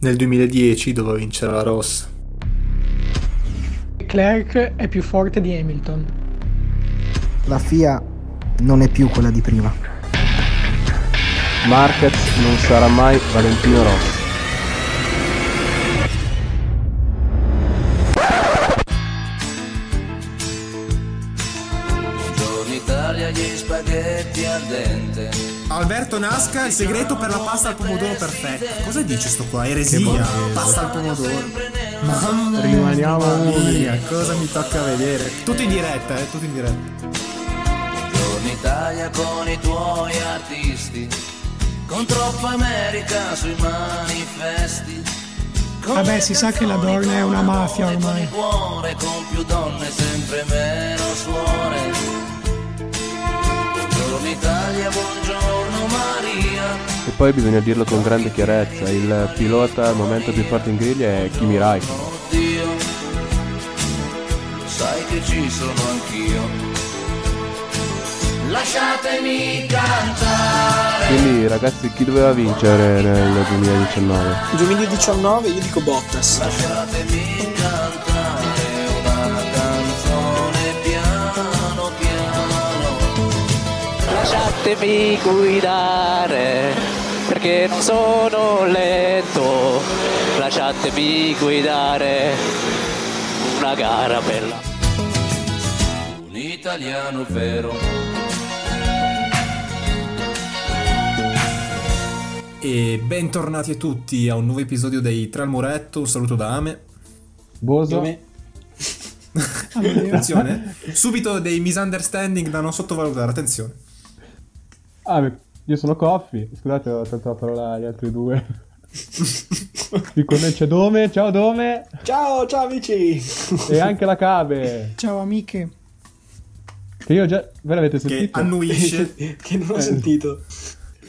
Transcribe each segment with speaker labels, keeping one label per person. Speaker 1: Nel 2010 doveva vincere la Ross.
Speaker 2: Leclerc è più forte di Hamilton.
Speaker 3: La FIA non è più quella di prima.
Speaker 4: Marquez non sarà mai Valentino Rossi.
Speaker 5: Buongiorno Italia, gli spaghetti al dente.
Speaker 6: Alberto Nasca, il segreto per la pasta al pomodoro perfetta. Cosa dice sto qua? Eresia. Pasta al pomodoro. Mamma
Speaker 1: Rimaniamo
Speaker 6: mia, cosa mi tocca vedere. Tutto in diretta, eh, tutto in diretta.
Speaker 5: Buongiorno Italia con i tuoi artisti. Con troppa America sui manifesti. Con
Speaker 2: Vabbè,
Speaker 5: le
Speaker 2: si sa che la
Speaker 5: canzoni
Speaker 2: Dorna è
Speaker 5: con
Speaker 2: una
Speaker 5: amore,
Speaker 2: mafia
Speaker 5: Con
Speaker 2: ormai.
Speaker 5: il cuore, con più donne, sempre meno suore. Buongiorno Italia, buongiorno Maria.
Speaker 4: E poi bisogna dirlo con grande chiarezza, il pilota al momento più forte in griglia è Kimi Raikkonen.
Speaker 5: Oddio, sai che ci sono anch'io. Lasciatemi cantare.
Speaker 4: Quindi ragazzi chi doveva vincere nel 2019?
Speaker 7: 2019 io dico Bottas.
Speaker 5: Fatemi cantare una canzone piano piano
Speaker 8: Lasciatemi guidare perché non sono lento, lasciatemi guidare una gara bella.
Speaker 5: Un italiano vero
Speaker 6: E bentornati a tutti a un nuovo episodio dei Tre al Muretto. Un saluto da Ame.
Speaker 7: Io
Speaker 4: Boso?
Speaker 7: me-
Speaker 6: Attenzione. Subito dei misunderstanding da non sottovalutare, attenzione.
Speaker 9: Ah, io sono Coffi. Scusate, ho tolto la parola agli altri due. Qui con noi c'è Dome, ciao Dome,
Speaker 7: Ciao, ciao amici!
Speaker 9: e anche la Cave.
Speaker 2: Ciao amiche.
Speaker 9: Che io già. Ve l'avete
Speaker 6: Che
Speaker 9: sentito?
Speaker 6: annuisce.
Speaker 7: che
Speaker 2: Eh,
Speaker 7: non ho sentito.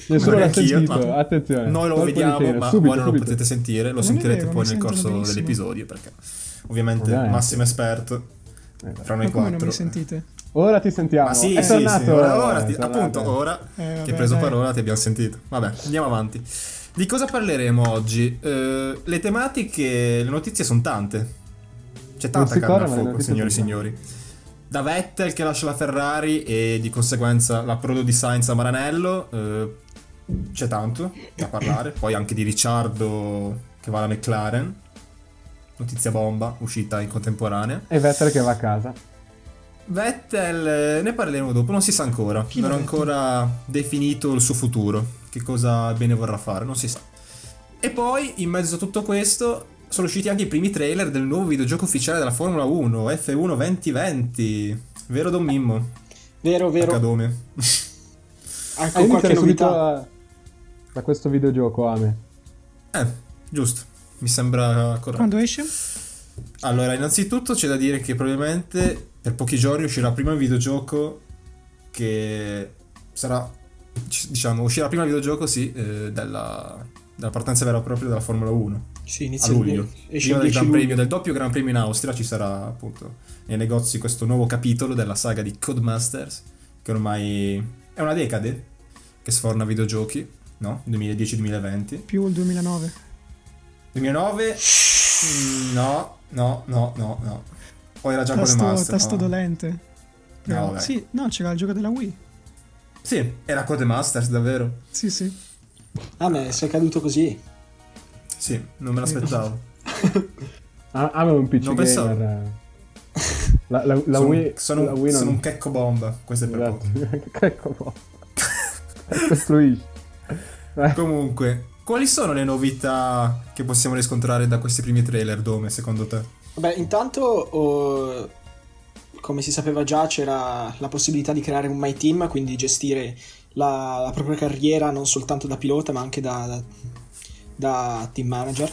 Speaker 9: Nessuno l'ha
Speaker 6: Neanche io,
Speaker 9: sentito,
Speaker 6: ma-
Speaker 9: attenzione.
Speaker 6: Noi lo
Speaker 9: Colpo di
Speaker 6: vediamo,
Speaker 9: scena,
Speaker 6: ma
Speaker 9: subito,
Speaker 6: voi non lo
Speaker 9: subito.
Speaker 6: potete sentire, lo
Speaker 2: Non è
Speaker 6: sentirete
Speaker 2: vero,
Speaker 6: poi
Speaker 2: mi
Speaker 6: nel
Speaker 2: sentono
Speaker 6: corso
Speaker 2: benissimo.
Speaker 6: dell'episodio, perché ovviamente
Speaker 9: Ovviamente.
Speaker 6: Massimo esperto fra noi
Speaker 2: Eh, Ma come non
Speaker 6: quattro.
Speaker 2: mi sentite?
Speaker 9: Ora ti sentiamo.
Speaker 6: Ma sì,
Speaker 9: è
Speaker 6: sì,
Speaker 9: tornato.
Speaker 6: sì, ora, ora ti-
Speaker 9: è tornato.
Speaker 6: appunto,
Speaker 9: Eh,
Speaker 6: ora
Speaker 2: vabbè,
Speaker 6: che hai preso
Speaker 2: dai.
Speaker 6: parola ti abbiamo sentito. Vabbè, andiamo avanti. Di cosa parleremo oggi? Eh, le tematiche, le notizie sono tante. C'è tanta
Speaker 9: si
Speaker 6: carne a
Speaker 9: corre, ma le
Speaker 6: fuoco,
Speaker 9: notizie
Speaker 6: signori e
Speaker 9: sono
Speaker 6: signori. Da Vettel che lascia la Ferrari e di conseguenza l'approdo di Sainz a Maranello, eh, c'è tanto da parlare. Poi anche di Ricciardo che va alla McLaren. Notizia bomba, uscita in contemporanea.
Speaker 9: E Vettel che va a casa.
Speaker 6: Vettel eh, ne parleremo dopo, non si sa ancora, non ha ancora definito il suo futuro, che cosa bene vorrà fare, non si sa. E poi, in mezzo a tutto questo, sono usciti anche i primi trailer del nuovo videogioco ufficiale della Formula 1, F1 2020. Vero Don Mimmo?
Speaker 7: Vero, vero.
Speaker 6: Accadome. Ah,
Speaker 7: Ecco
Speaker 9: E
Speaker 7: qualche
Speaker 9: iniziare subito
Speaker 7: novità.
Speaker 9: da, da questo videogioco, Ame.
Speaker 6: Eh, giusto, mi sembra corretto.
Speaker 2: Quando esce?
Speaker 6: Allora, innanzitutto c'è da dire che probabilmente per pochi giorni uscirà prima il videogioco che sarà, c- diciamo, uscirà prima il videogioco, sì, eh, della, della partenza vera e propria della Formula 1
Speaker 7: Sì,
Speaker 6: a
Speaker 7: inizia
Speaker 6: luglio.
Speaker 7: Esce
Speaker 6: prima del,
Speaker 7: il 10
Speaker 6: gran
Speaker 7: luglio.
Speaker 6: premio, del doppio Gran Premio in Austria ci sarà appunto nei negozi questo nuovo capitolo della saga di Codemasters, che ormai è una decade che sforna videogiochi, no? 2010-2020.
Speaker 2: Più il 2009.
Speaker 6: 2009 mm, no no no no no poi era già con le
Speaker 2: Tasto,
Speaker 6: master
Speaker 2: tasto
Speaker 6: no.
Speaker 2: dolente.
Speaker 6: No, vabbè.
Speaker 2: sì, no, c'era il gioco della Wii.
Speaker 6: sì era con The Masters davvero
Speaker 2: Sì, sì.
Speaker 7: Ah, me sei caduto così.
Speaker 6: sì non me l'aspettavo
Speaker 9: A- Ame è un PC
Speaker 6: Non pensavo.
Speaker 9: gamer. eh. La, la, la
Speaker 6: sono,
Speaker 9: Wii.
Speaker 6: sono,
Speaker 9: la Wii
Speaker 6: sono
Speaker 9: non...
Speaker 6: un checco bomba questo è per poco
Speaker 9: Esatto. che cavolo. Costruisci.
Speaker 6: comunque quali sono le novità che possiamo riscontrare da questi primi trailer Dome secondo te
Speaker 7: Vabbè, intanto, oh, come si sapeva già, c'era la possibilità di creare un My Team, quindi gestire la, la propria carriera non soltanto da pilota, ma anche da, da- da team manager,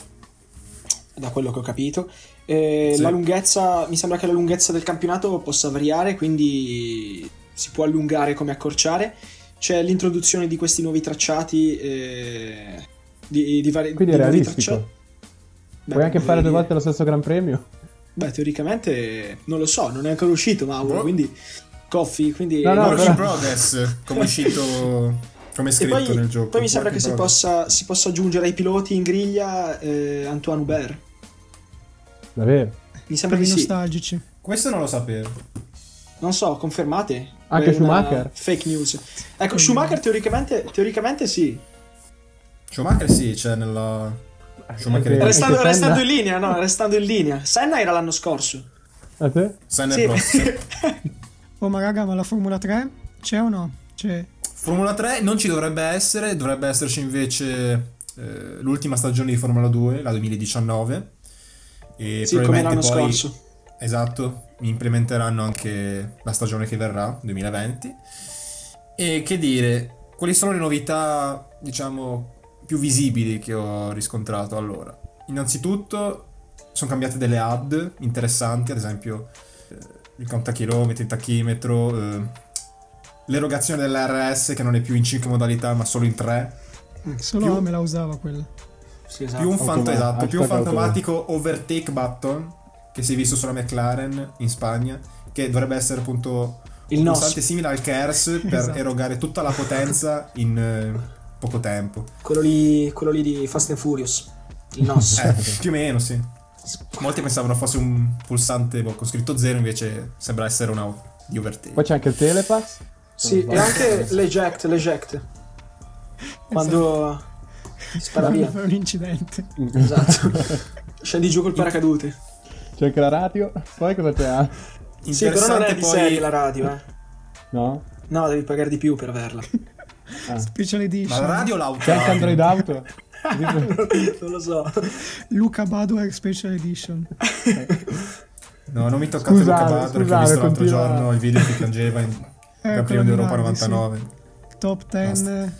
Speaker 7: da quello che ho capito. E
Speaker 6: Sì.
Speaker 7: La lunghezza, mi sembra che la lunghezza del campionato possa variare, quindi si può allungare come accorciare. C'è l'introduzione di questi nuovi tracciati. eh, di, di vari-
Speaker 9: Quindi è
Speaker 7: di nuovi
Speaker 9: realistico.
Speaker 7: tracciati. Beh,
Speaker 9: Puoi anche fare due
Speaker 7: magari-
Speaker 9: volte lo stesso Gran Premio?
Speaker 7: Beh, teoricamente non lo so, non è ancora uscito Mauro,
Speaker 6: Boh.
Speaker 7: quindi Coffee, quindi
Speaker 9: No, no,
Speaker 6: Work
Speaker 9: però-
Speaker 6: in Progress come è uscito Come è
Speaker 7: E
Speaker 6: scritto
Speaker 7: poi,
Speaker 6: nel gioco.
Speaker 7: poi mi sembra
Speaker 6: Work
Speaker 7: che
Speaker 6: in
Speaker 7: si
Speaker 6: progress.
Speaker 7: possa, si possa aggiungere ai piloti in griglia eh, Antoine Hubert.
Speaker 9: Davvero.
Speaker 7: Mi sembra
Speaker 2: Per i
Speaker 7: che sì.
Speaker 2: nostalgici.
Speaker 6: Questo non lo sapevo.
Speaker 7: Non so, confermate?
Speaker 9: Anche
Speaker 7: È una
Speaker 9: Schumacher?
Speaker 7: Fake news. Ecco, Schumacher teoricamente, teoricamente sì.
Speaker 9: Eh,
Speaker 6: Schumacher sì, c'è nella...
Speaker 9: Eh,
Speaker 6: Schumacher
Speaker 9: Anche-
Speaker 6: è...
Speaker 7: Restando,
Speaker 9: Senna?
Speaker 7: restando in linea, no, restando in linea. Senna era l'anno scorso.
Speaker 9: A te?
Speaker 6: Senna
Speaker 7: Sì.
Speaker 6: è prossimo.
Speaker 2: Oh, ma raga, ma la Formula 3 c'è o no? C'è.
Speaker 6: Formula 3 non ci dovrebbe essere, dovrebbe esserci invece eh, l'ultima stagione di Formula 2, la 2019. E
Speaker 7: Sì, come l'anno
Speaker 6: probabilmente poi,
Speaker 7: scorso.
Speaker 6: Esatto, implementeranno anche la stagione che verrà, 2020. E che dire, quali sono le novità, diciamo, più visibili che ho riscontrato allora? Innanzitutto sono cambiate delle HUD interessanti, ad esempio eh, il contachilometri, il tachimetro, eh, l'erogazione dell'RS che non è più in 5 modalità ma solo in 3.
Speaker 2: Solo
Speaker 6: Mm, Più-
Speaker 2: me la usava quella.
Speaker 7: Sì, esatto.
Speaker 6: Più un,
Speaker 9: Automa-
Speaker 6: fant- esatto, più un
Speaker 9: hashtag automa-
Speaker 6: fantomatico overtake button che si è visto sulla McLaren in Spagna, che dovrebbe essere appunto
Speaker 7: Il
Speaker 6: un
Speaker 7: nos.
Speaker 6: pulsante simile al KERS per
Speaker 2: Esatto.
Speaker 6: erogare tutta la potenza in eh, poco tempo.
Speaker 7: Quello lì, quello lì di Fast and Furious. Il nos.
Speaker 6: Eh, più o meno, sì. Molti pensavano fosse un pulsante boh, con scritto 0, invece sembra essere una di overtake.
Speaker 9: Poi c'è anche il telepass.
Speaker 7: sì, e anche l'eject, l'eject. Quando spara
Speaker 2: Per
Speaker 7: via.
Speaker 2: fare un incidente.
Speaker 7: Esatto. Scendi giù col paracadute.
Speaker 9: C'è anche la radio. Poi cosa c'è?
Speaker 7: Sì, però non è
Speaker 6: Interessante
Speaker 7: di
Speaker 6: poi
Speaker 7: serie la radio, eh.
Speaker 9: No?
Speaker 7: No, devi pagare di più per averla.
Speaker 2: Special
Speaker 6: la
Speaker 2: Edition.
Speaker 6: radio o l'auto.
Speaker 9: C'è anche Android Auto.
Speaker 7: non lo so.
Speaker 2: Luca Badoer Special Edition.
Speaker 6: No, non mi toccate Luca
Speaker 9: Scusate,
Speaker 6: Badro, che ho
Speaker 9: scusate,
Speaker 6: visto l'altro
Speaker 9: continua.
Speaker 6: giorno il video che piangeva in Gran Premio
Speaker 2: Eh, quello di
Speaker 6: d'Europa
Speaker 2: Nardi,
Speaker 6: 99.
Speaker 2: Top 10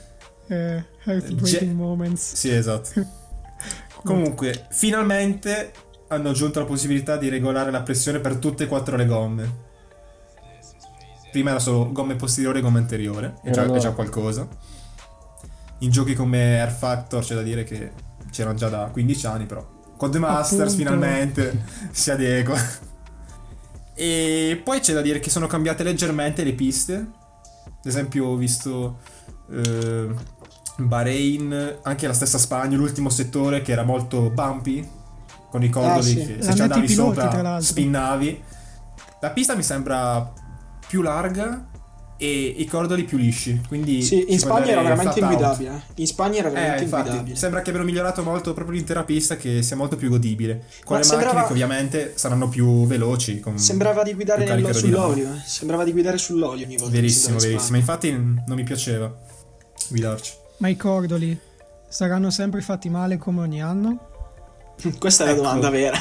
Speaker 2: eh, heartbreaking
Speaker 6: Ge-
Speaker 2: moments.
Speaker 6: Sì, esatto. Comunque, finalmente hanno aggiunto la possibilità di regolare la pressione per tutte e quattro le gomme. Prima era solo gomme posteriore e gomme anteriore, è già,
Speaker 9: Era
Speaker 6: è già
Speaker 9: loro.
Speaker 6: qualcosa. In giochi come Air Factor c'è da dire che c'erano già da 15 anni, però con The Masters
Speaker 2: Appunto.
Speaker 6: finalmente si adegua. E poi c'è da dire che sono cambiate leggermente le piste. Ad esempio, ho visto eh, Bahrain, anche la stessa Spagna, l'ultimo settore che era molto bumpy, con i cordoli
Speaker 7: Ah, sì.
Speaker 6: che se
Speaker 2: L'hanno
Speaker 6: ci
Speaker 2: detto
Speaker 6: andavi
Speaker 2: i piloti, tra
Speaker 6: sopra
Speaker 2: l'altro.
Speaker 6: spinnavi. La pista mi sembra più larga e i cordoli più lisci. Quindi
Speaker 7: Sì, in
Speaker 6: ci puoi
Speaker 7: Spagna era
Speaker 6: andare
Speaker 7: veramente
Speaker 6: flat out.
Speaker 7: inguidabile. eh. In Spagna era
Speaker 6: Eh,
Speaker 7: veramente
Speaker 6: infatti,
Speaker 7: inguidabile.
Speaker 6: sembra che abbiano migliorato molto proprio l'intera pista, che sia molto più godibile. Con
Speaker 7: Ma
Speaker 6: le
Speaker 7: sembrava-
Speaker 6: macchine che ovviamente saranno più veloci. Con
Speaker 7: Sembrava di guidare
Speaker 6: più
Speaker 7: nello-
Speaker 6: carica aerodinamica.
Speaker 7: sull'olio, eh. sembrava di guidare sull'olio ogni volta. che si
Speaker 6: Verissimo,
Speaker 7: andava in
Speaker 6: verissimo. Infatti n- non mi piaceva guidarci.
Speaker 2: Ma i cordoli saranno sempre fatti male come ogni anno?
Speaker 7: Spagna. Questa è la
Speaker 6: Ecco.
Speaker 7: domanda vera.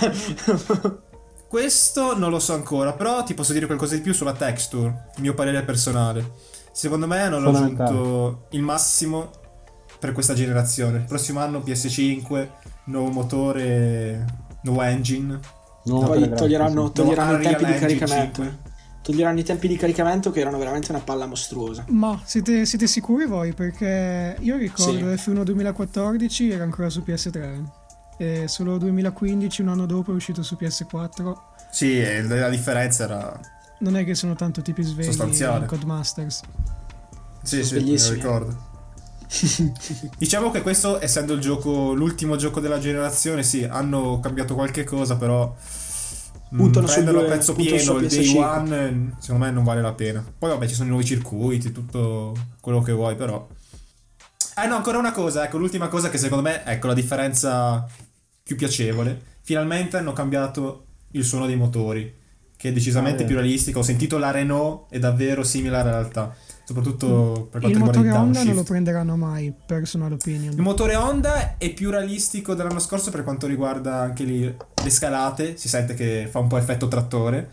Speaker 6: Questo non lo so ancora, però ti posso dire qualcosa di più sulla texture, il mio parere personale. Secondo me hanno
Speaker 9: Fondamentale.
Speaker 6: raggiunto il massimo per questa generazione. Il prossimo anno PS5, nuovo motore, nuovo engine.
Speaker 9: Nuovo
Speaker 7: Poi
Speaker 9: telegrafo,
Speaker 7: toglieranno,
Speaker 9: sì.
Speaker 7: toglieranno i
Speaker 6: Unreal
Speaker 7: tempi di
Speaker 6: Engine
Speaker 7: caricamento.
Speaker 6: cinque.
Speaker 7: eh. Toglieranno i tempi di caricamento che erano veramente una palla mostruosa.
Speaker 2: Ma siete, siete sicuri voi? Perché io ricordo F1 2014 era ancora su PS3 e solo 2015, un anno dopo, è uscito su PS4.
Speaker 6: Sì, e la differenza era...
Speaker 2: Non è che sono tanto tipi svegli
Speaker 6: Sostanziale.
Speaker 2: in Codemasters.
Speaker 6: Sì, sì, me lo
Speaker 7: Bellissimi.
Speaker 6: ricordo. diciamo che questo, essendo il gioco, l'ultimo gioco della generazione, sì, hanno cambiato qualche cosa, però... mm,
Speaker 7: Puntano sul
Speaker 6: prenderlo a
Speaker 7: due-
Speaker 6: prezzo
Speaker 7: puntano
Speaker 6: pieno
Speaker 7: sul
Speaker 6: il day
Speaker 7: PS5.
Speaker 6: one, eh, secondo me non vale la pena. Poi vabbè, ci sono i nuovi circuiti, tutto quello che vuoi, però... Eh no, ancora una cosa, ecco, l'ultima cosa che secondo me, ecco, la differenza più piacevole. Finalmente hanno cambiato il suono dei motori, che è decisamente
Speaker 9: Ah,
Speaker 6: più realistico. Ho sentito la Renault, è davvero simile alla realtà, soprattutto per
Speaker 2: Il
Speaker 6: quanto riguarda
Speaker 2: motore
Speaker 6: il
Speaker 2: Honda non
Speaker 6: downshift.
Speaker 2: lo prenderanno mai, personal opinion.
Speaker 6: il motore Honda è più realistico dell'anno scorso per quanto riguarda anche lì le scalate, si sente che fa un po' effetto trattore.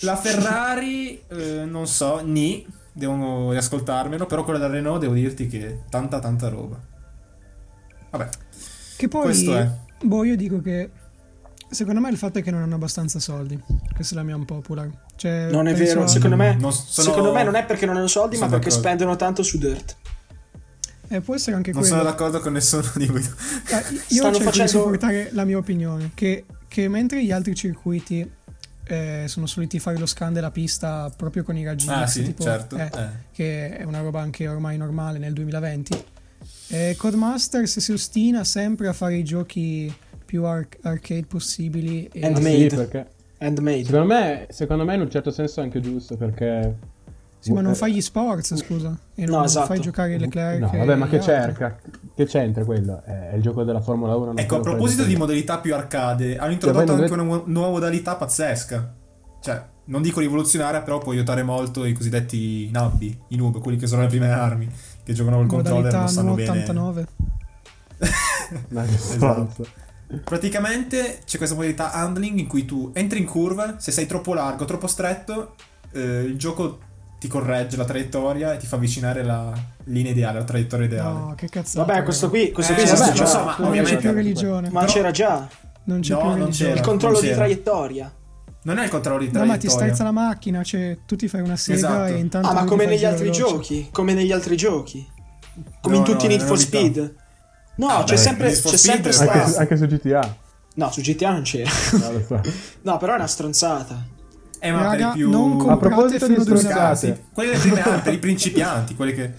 Speaker 6: La Ferrari, eh, non so, ni, devo riascoltarmelo, però quella della Renault devo dirti che tanta tanta roba. Vabbè,
Speaker 2: Che poi,
Speaker 6: Questo è.
Speaker 2: boh, io dico che secondo me il fatto è che non hanno abbastanza soldi. Questa è la mia unpopular. Cioè,
Speaker 7: Non è
Speaker 2: penso
Speaker 7: vero,
Speaker 2: a-
Speaker 7: secondo me,
Speaker 6: Non sono-
Speaker 7: secondo me non è perché non hanno soldi, ma
Speaker 6: sono
Speaker 7: perché
Speaker 6: d'accordo.
Speaker 7: spendono tanto su Dirt.
Speaker 2: Eh, può essere anche
Speaker 6: non
Speaker 2: quello.
Speaker 6: sono d'accordo con nessuno di voi.
Speaker 2: Eh, io
Speaker 7: Stanno
Speaker 2: cerco
Speaker 7: facendo-
Speaker 2: di supportare la mia opinione, che, che mentre gli altri circuiti eh, sono soliti fare lo scan della pista proprio con i raggi
Speaker 6: Ah,
Speaker 2: X,
Speaker 6: sì,
Speaker 2: tipo,
Speaker 6: certo,
Speaker 2: eh,
Speaker 6: eh.
Speaker 2: che è una roba anche ormai normale nel 2020. Eh, Codemasters si ostina sempre a fare i giochi più arc- arcade possibili e
Speaker 7: And-
Speaker 9: Sì,
Speaker 7: Made.
Speaker 9: perché
Speaker 7: Handmade.
Speaker 9: secondo me, secondo me in un certo senso è anche giusto perché
Speaker 2: Sì, ma non fai gli sports, scusa. E non
Speaker 7: No, esatto.
Speaker 2: fai giocare Leclerc.
Speaker 9: No,
Speaker 2: e
Speaker 9: vabbè, ma
Speaker 2: gli
Speaker 9: che
Speaker 2: altri.
Speaker 9: cerca? Che c'entra quello? Eh, È il gioco della Formula 1. non
Speaker 6: Ecco, a
Speaker 9: quello
Speaker 6: proposito di
Speaker 9: quello.
Speaker 6: modalità più arcade, hanno
Speaker 9: Cioè,
Speaker 6: introdotto
Speaker 9: voi non
Speaker 6: anche una mu- nuova modalità pazzesca. Cioè, non dico rivoluzionaria, però può aiutare molto i cosiddetti nubbi, i noob, quelli che sono le prime armi, che giocano col controller e
Speaker 2: Modalità
Speaker 6: non sanno
Speaker 2: no
Speaker 6: bene.
Speaker 2: 89.
Speaker 9: Ma che stronzo.
Speaker 6: Esatto. Praticamente c'è questa modalità handling in cui tu entri in curva, se sei troppo largo, troppo stretto, eh, il gioco ti corregge la traiettoria e ti fa avvicinare la linea ideale, la traiettoria ideale.
Speaker 2: No, che cazzo.
Speaker 7: Vabbè, questo qui, questo
Speaker 6: Eh,
Speaker 7: qui
Speaker 6: vabbè,
Speaker 7: esiste
Speaker 6: lo
Speaker 7: già.
Speaker 6: so, ma
Speaker 2: non c'è
Speaker 6: ovviamente-
Speaker 2: più religione.
Speaker 7: Ma
Speaker 6: Però-
Speaker 7: c'era già
Speaker 2: non c'è
Speaker 6: No,
Speaker 2: più
Speaker 6: non
Speaker 2: religione.
Speaker 7: il
Speaker 6: c'era.
Speaker 7: controllo
Speaker 6: non
Speaker 7: di
Speaker 6: c'era.
Speaker 7: traiettoria.
Speaker 6: Non è il controllo di
Speaker 2: No,
Speaker 6: traiettoria.
Speaker 2: ma ti strezza la macchina, cioè tu ti fai una sega
Speaker 6: Esatto.
Speaker 2: e intanto.
Speaker 7: Ah, ma
Speaker 2: non ti
Speaker 7: come
Speaker 2: fai il giro
Speaker 7: negli altri
Speaker 2: veloce.
Speaker 7: giochi. Come negli altri giochi. Come
Speaker 6: No,
Speaker 7: in tutti
Speaker 6: no,
Speaker 7: i Need
Speaker 6: è
Speaker 7: for
Speaker 6: novità.
Speaker 7: Speed. No,
Speaker 6: Ah,
Speaker 7: c'è
Speaker 6: beh,
Speaker 7: sempre,
Speaker 6: Need for
Speaker 7: c'è
Speaker 6: Speed
Speaker 7: sempre
Speaker 6: è-
Speaker 7: sta...
Speaker 9: Anche, anche su
Speaker 6: Esatto.
Speaker 9: GTA.
Speaker 7: No, su GTA non c'era.
Speaker 9: No, lo so.
Speaker 7: No, però è una stronzata.
Speaker 6: Eh, ma per
Speaker 2: Raga,
Speaker 6: i più...
Speaker 2: non
Speaker 9: A
Speaker 2: comprate
Speaker 9: proposito di
Speaker 2: fino a due
Speaker 9: stronzate,
Speaker 2: anni.
Speaker 6: Sì, quelle delle prime armi, per i principianti, quelle che...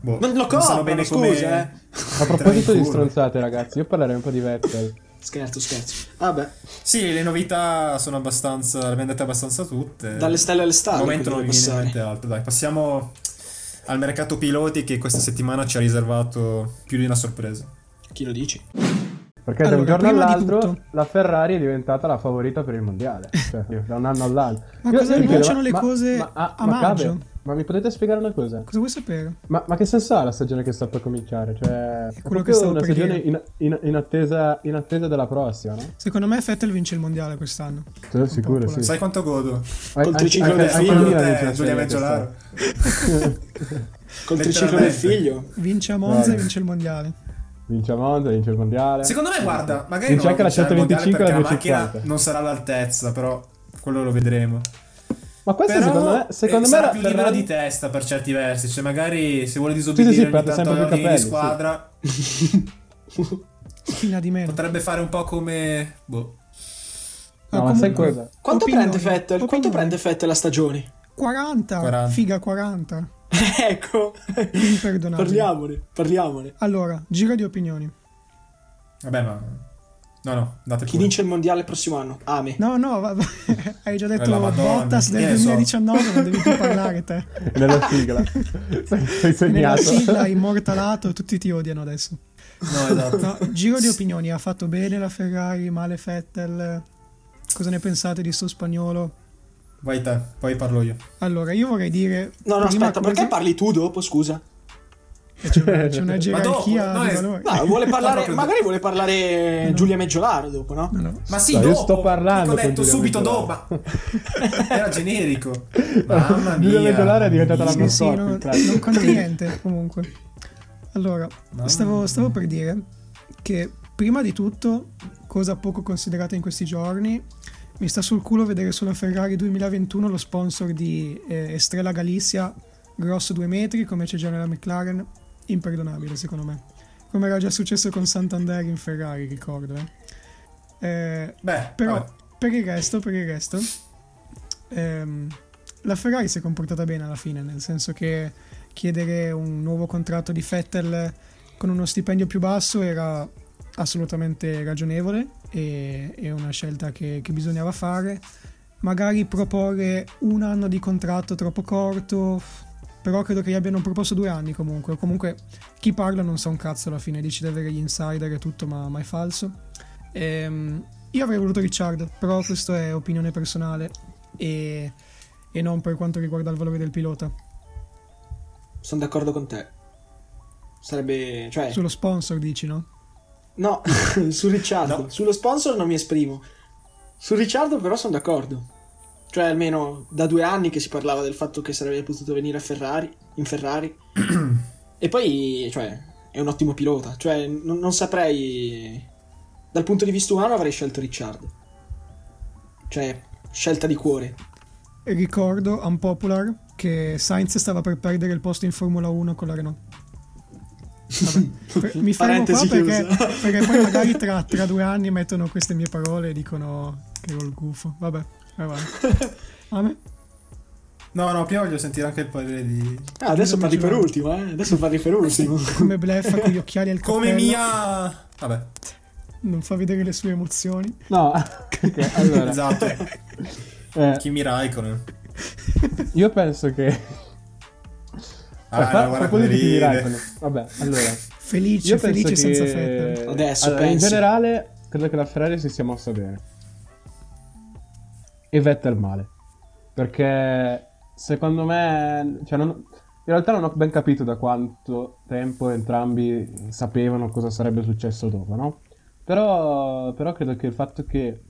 Speaker 6: boh,
Speaker 7: Non lo
Speaker 6: sanno
Speaker 7: coprono,
Speaker 6: bene
Speaker 7: scusa,
Speaker 6: come...
Speaker 7: eh.
Speaker 9: A proposito
Speaker 6: Entrare in
Speaker 9: di
Speaker 6: curva.
Speaker 9: stronzate, ragazzi, io parlerei un po' di Vettel.
Speaker 7: Scherzo, scherzo. Vabbè,
Speaker 6: Sì, le novità sono abbastanza... le abbiamo dette abbastanza tutte.
Speaker 7: dalle stelle alle
Speaker 6: Al
Speaker 7: stalle.
Speaker 6: momento non mi
Speaker 7: quindi
Speaker 6: viene in
Speaker 7: passare.
Speaker 6: mente altro, dai. Passiamo al mercato piloti che questa settimana ci ha riservato più di una sorpresa.
Speaker 7: Chi lo dici?
Speaker 9: Perché da
Speaker 2: Allora,
Speaker 9: un giorno
Speaker 2: prima di
Speaker 9: all'altro
Speaker 2: tutto- la
Speaker 9: la Ferrari è diventata la favorita per il mondiale. Cioè, da un anno all'altro.
Speaker 2: Ma
Speaker 9: Io-
Speaker 2: cosa
Speaker 9: mi chiedo,
Speaker 2: annunciano le cose a maggio?
Speaker 9: Gabe, ah, ma mi potete spiegare una cosa?
Speaker 2: Cosa vuoi sapere?
Speaker 9: Ma, ma che senso ha la stagione che sta per cominciare? Cioè, è
Speaker 2: quello che
Speaker 9: proprio
Speaker 2: stavo
Speaker 9: una
Speaker 2: per
Speaker 9: stagione
Speaker 2: dire.
Speaker 9: in, in- in attesa, in attesa della prossima, no?
Speaker 2: Secondo me Fettel vince il mondiale quest'anno.
Speaker 9: Sono sicuro,
Speaker 2: popolare.
Speaker 9: sì.
Speaker 6: Sai quanto godo?
Speaker 9: Anche-
Speaker 7: triciclo
Speaker 9: anche-
Speaker 7: del
Speaker 9: anche
Speaker 7: figlio,
Speaker 9: il
Speaker 6: Quello
Speaker 9: Milan
Speaker 6: te,
Speaker 9: vince la
Speaker 6: Giulia
Speaker 9: serie
Speaker 6: Meggiolaro.
Speaker 7: Col triciclo del figlio.
Speaker 2: Vince a Monza e
Speaker 9: Vai.
Speaker 2: vince il mondiale.
Speaker 9: quest'anno. Vince a Monza, vince il
Speaker 7: Eh.
Speaker 9: mondiale.
Speaker 6: Secondo me, guarda, magari
Speaker 9: Vince
Speaker 6: non
Speaker 9: anche la
Speaker 6: vincerà il mondiale
Speaker 9: 125 e la
Speaker 6: perché la macchina
Speaker 9: 250.
Speaker 6: non sarà all'altezza, però quello lo vedremo.
Speaker 9: Ma questo
Speaker 6: Però
Speaker 9: secondo me, secondo
Speaker 6: eh,
Speaker 9: me
Speaker 6: sarà
Speaker 9: la
Speaker 6: più
Speaker 9: Ferrari-
Speaker 6: libero di testa per certi versi, cioè magari se vuole
Speaker 9: Sì, sì, sì,
Speaker 6: disobbedire ogni
Speaker 9: perde
Speaker 6: tanto
Speaker 9: sempre
Speaker 6: agli
Speaker 9: più
Speaker 6: ordini di
Speaker 9: capelli, sì.
Speaker 6: squadra,
Speaker 2: Chi ne ha di meno? Ah,
Speaker 6: potrebbe fare un po' come boh,
Speaker 9: No, ma sai cosa?
Speaker 7: Quanto
Speaker 2: Opinioni.
Speaker 7: prende Fettel? Quanto
Speaker 2: Opinioni.
Speaker 7: prende Fettel la stagione?
Speaker 2: 40,
Speaker 6: 40.
Speaker 2: figa 40.
Speaker 7: ecco.
Speaker 2: Imperdonabile.
Speaker 7: parliamone, parliamone.
Speaker 2: Allora, giro di opinioni.
Speaker 6: vabbè, ma no, no, date
Speaker 7: Chi
Speaker 6: pure.
Speaker 7: vince il mondiale il prossimo anno? Ah, Ame.
Speaker 2: No, no, vabbè. hai già detto
Speaker 6: Eh, la Madonna,
Speaker 2: Bottas
Speaker 6: che
Speaker 2: del
Speaker 6: ne so.
Speaker 2: 2019, non devi più parlare te.
Speaker 9: Nella sigla. Sei- Sei
Speaker 2: Nella
Speaker 9: segnato.
Speaker 2: sigla hai immortalato, tutti ti odiano adesso.
Speaker 6: No, esatto.
Speaker 2: No, giro di opinioni, ha fatto bene la Ferrari, male Fettel. Cosa ne pensate di sto spagnolo?
Speaker 6: Vai te, poi parlo io.
Speaker 2: Allora, io vorrei dire...
Speaker 7: No, no,
Speaker 2: prima
Speaker 7: aspetta, perché
Speaker 2: cosa-
Speaker 7: parli tu dopo, scusa?
Speaker 2: C'è una, c'è una
Speaker 6: dopo,
Speaker 2: gerarchia
Speaker 6: no,
Speaker 2: di
Speaker 6: è-
Speaker 2: valori.
Speaker 7: No, vuole parlare,
Speaker 6: proprio-
Speaker 7: magari vuole parlare Giulia Meggiolaro dopo, no?
Speaker 2: No, no.
Speaker 6: Ma sì,
Speaker 9: No, io
Speaker 6: dopo,
Speaker 9: sto parlando
Speaker 6: dico, ho
Speaker 9: con
Speaker 6: detto
Speaker 9: Giulia
Speaker 6: subito dopo.
Speaker 9: Meggiolaro.
Speaker 6: ma- Era generico. Mamma mia.
Speaker 9: Giulia Meggiolaro è diventata la
Speaker 2: Sì,
Speaker 9: Non
Speaker 2: sì,
Speaker 9: so,
Speaker 2: non,
Speaker 9: infatti.
Speaker 2: non conta niente comunque. Allora,
Speaker 6: No.
Speaker 2: stavo, stavo per dire che prima di tutto, cosa poco considerata in questi giorni, mi sta sul culo vedere sulla Ferrari 2021 lo sponsor di eh, Estrella Galizia, grosso due metri, come c'è già nella McLaren, imperdonabile secondo me. Come era già successo con Santander in Ferrari, ricordo. eh. Eh,
Speaker 6: Beh,
Speaker 2: però
Speaker 6: vabbè.
Speaker 2: per il resto, per il resto, ehm, la Ferrari si è comportata bene alla fine, nel senso che chiedere un nuovo contratto di Vettel con uno stipendio più basso era assolutamente ragionevole e è una scelta che, che bisognava fare. Magari proporre un anno di contratto troppo corto, però credo che gli abbiano proposto due anni comunque. O comunque chi parla non sa un cazzo alla fine, dice di avere gli insider e tutto, ma, ma è falso. Ehm, io avrei voluto Ricciardo, però questa è opinione personale e, e non per quanto riguarda il valore del pilota.
Speaker 7: Sono d'accordo con te. Sarebbe, cioè,
Speaker 2: Sullo sponsor dici, no?
Speaker 7: no, su Ricciardo.
Speaker 6: No.
Speaker 7: Sullo sponsor non mi esprimo. Su Ricciardo però sono d'accordo. Cioè, almeno da due anni che si parlava del fatto che sarebbe potuto venire a Ferrari, in Ferrari. e poi, cioè, è un ottimo pilota. Cioè, non, non saprei... Dal punto di vista umano avrei scelto Ricciardo. Cioè, scelta di cuore.
Speaker 2: E ricordo, unpopular, che Sainz stava per perdere il posto in Formula 1 con la Renault. Vabbè, per- mi fermo qua
Speaker 7: Parentesi
Speaker 2: perché,
Speaker 7: chiusa.
Speaker 2: perché poi magari tra, tra due anni mettono queste mie parole e dicono che ero il gufo. Vabbè. Vai, vai. Ame?
Speaker 6: No, no, prima voglio sentire anche il parere di...
Speaker 7: Ah, adesso parli per ultimo, eh? Adesso parli per ultimo.
Speaker 2: Come bleffa con gli occhiali e il
Speaker 6: Come
Speaker 2: cappello,
Speaker 6: mia... Vabbè,
Speaker 2: Non fa vedere le sue emozioni.
Speaker 9: No, ok, allora,
Speaker 6: esatto.
Speaker 9: eh,
Speaker 6: Kimi Raikkonen.
Speaker 9: io penso che...
Speaker 6: Ah,
Speaker 9: Eh, fa-
Speaker 6: guarda
Speaker 9: fa
Speaker 6: come
Speaker 9: quello di Kimi
Speaker 6: ride.
Speaker 9: Raikkonen. Vabbè, allora,
Speaker 2: Felice,
Speaker 9: io penso
Speaker 2: felice
Speaker 9: che...
Speaker 2: senza fette.
Speaker 7: Adesso
Speaker 9: allora, in
Speaker 7: pensi.
Speaker 9: generale, credo che la Ferrari si sia mossa bene. E Vettel male. Perché, secondo me, cioè, non- in realtà non ho ben capito da quanto tempo entrambi sapevano cosa sarebbe successo dopo, no? Però, però credo che il fatto che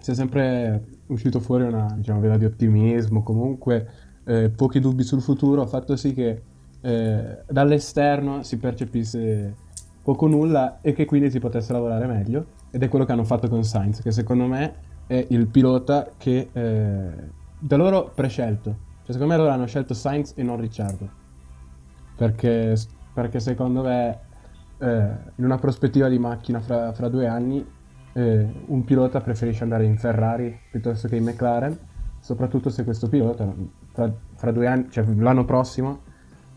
Speaker 9: sia sempre uscito fuori una diciamo, vela di ottimismo, comunque eh, pochi dubbi sul futuro, ha fatto sì che eh, dall'esterno si percepisse poco o nulla e che quindi si potesse lavorare meglio. Ed è quello che hanno fatto con Sainz, che secondo me è il pilota che eh, da loro prescelto. Cioè, secondo me loro hanno scelto Sainz e non Ricciardo. Perché, perché secondo me, eh, in una prospettiva di macchina fra, fra due anni, eh, un pilota preferisce andare in Ferrari piuttosto che in McLaren. Soprattutto se questo pilota, fra, fra due anni, cioè l'anno prossimo,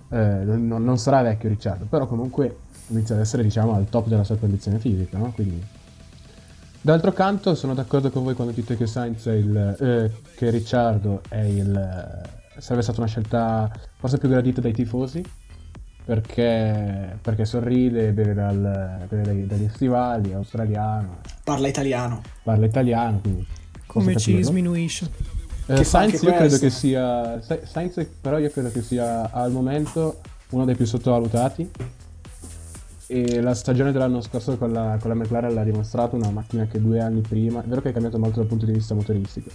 Speaker 9: eh, non, non sarà vecchio Ricciardo, però comunque inizia ad essere diciamo al top della sua condizione fisica, no? Quindi... D'altro canto sono d'accordo con voi quando dite che Sainz è il... eh, che Ricciardo è il... eh, sarebbe stata una scelta forse più gradita dai tifosi, perché, perché sorride, beve, dal- beve dai- dagli stivali, è australiano,
Speaker 7: Parla italiano.
Speaker 9: parla italiano, quindi...
Speaker 2: Come
Speaker 9: posso
Speaker 2: ci
Speaker 9: capirlo.
Speaker 2: sminuisce.
Speaker 9: Eh,
Speaker 7: Che fa
Speaker 9: Sainz
Speaker 7: anche
Speaker 9: io credo
Speaker 7: questo.
Speaker 9: che sia Sa- Sainz però io credo che sia al momento uno dei più sottovalutati e la stagione dell'anno scorso con la, con la McLaren l'ha dimostrato una macchina che due anni prima è vero che è cambiato molto dal punto di vista motoristico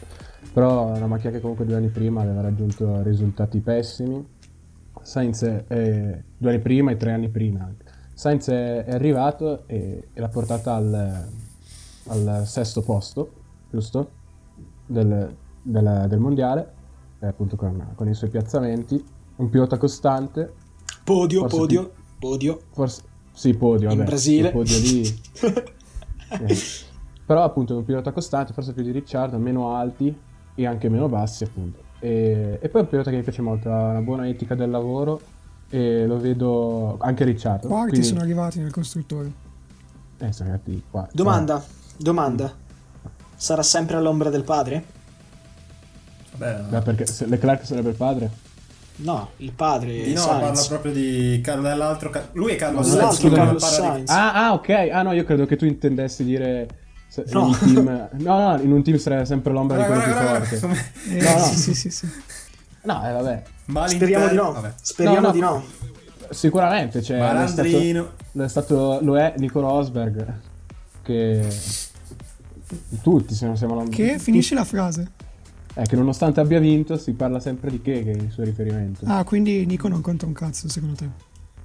Speaker 9: però è una macchina che comunque due anni prima aveva raggiunto risultati pessimi Sainz è- due anni prima e tre anni prima anche. Sainz è, è arrivato e, e l'ha portata al, al sesto posto giusto? del, della- del mondiale, eh, appunto con, con i suoi piazzamenti. Un pilota costante,
Speaker 7: Podio,
Speaker 9: Forse
Speaker 7: podio, podio.
Speaker 9: forse sì, podio,
Speaker 7: In
Speaker 9: vabbè,
Speaker 7: Brasile.
Speaker 9: il podio lì. eh. Però appunto è un pilota costante, forse più di Ricciardo, meno alti e anche meno bassi appunto. E, e poi è un pilota che mi piace molto, ha una buona etica del lavoro e lo vedo anche Ricciardo.
Speaker 2: Quarti
Speaker 9: quindi-
Speaker 2: sono arrivati nel costruttore.
Speaker 9: eh, sono arrivati qua.
Speaker 7: Domanda,
Speaker 6: Eh.
Speaker 7: domanda. Sarà sempre all'ombra del padre?
Speaker 6: Vabbè,
Speaker 9: Ma Eh, perché se Leclerc sarebbe il padre?
Speaker 7: No, il padre
Speaker 6: Di no,
Speaker 7: Sainz.
Speaker 6: parla proprio di Carlo dell'altro. Ca- lui è Carlo
Speaker 9: No,
Speaker 6: Sainz.
Speaker 7: L'altro
Speaker 9: scusami,
Speaker 7: Carlo
Speaker 6: parla di-
Speaker 7: Sainz.
Speaker 9: Ah, ah, ok. Ah, no, io credo che tu intendessi dire. se- in
Speaker 7: No.
Speaker 9: un team- No, no, in un team sarebbe sempre l'ombra
Speaker 6: Guarda,
Speaker 9: di quello
Speaker 6: guarda,
Speaker 9: più
Speaker 6: guarda,
Speaker 9: forte.
Speaker 6: come-
Speaker 2: Eh,
Speaker 9: No, no.
Speaker 2: Sì, sì, sì, sì.
Speaker 9: No, eh, vabbè.
Speaker 6: Malinter-
Speaker 7: Speriamo di no. Eh,
Speaker 6: Vabbè.
Speaker 7: Speriamo
Speaker 9: No, no.
Speaker 7: di no.
Speaker 9: Sicuramente cioè, c'è. lo è stato-
Speaker 6: Malandrino.
Speaker 9: Lo è stato. Lo è Nico Rosberg. Che. Tutti, se non siamo l'ombra.
Speaker 2: Che finisce la frase.
Speaker 9: Eh, che nonostante abbia vinto, si parla sempre di che, che è il suo riferimento.
Speaker 2: Ah, quindi Nico non conta un cazzo, secondo te.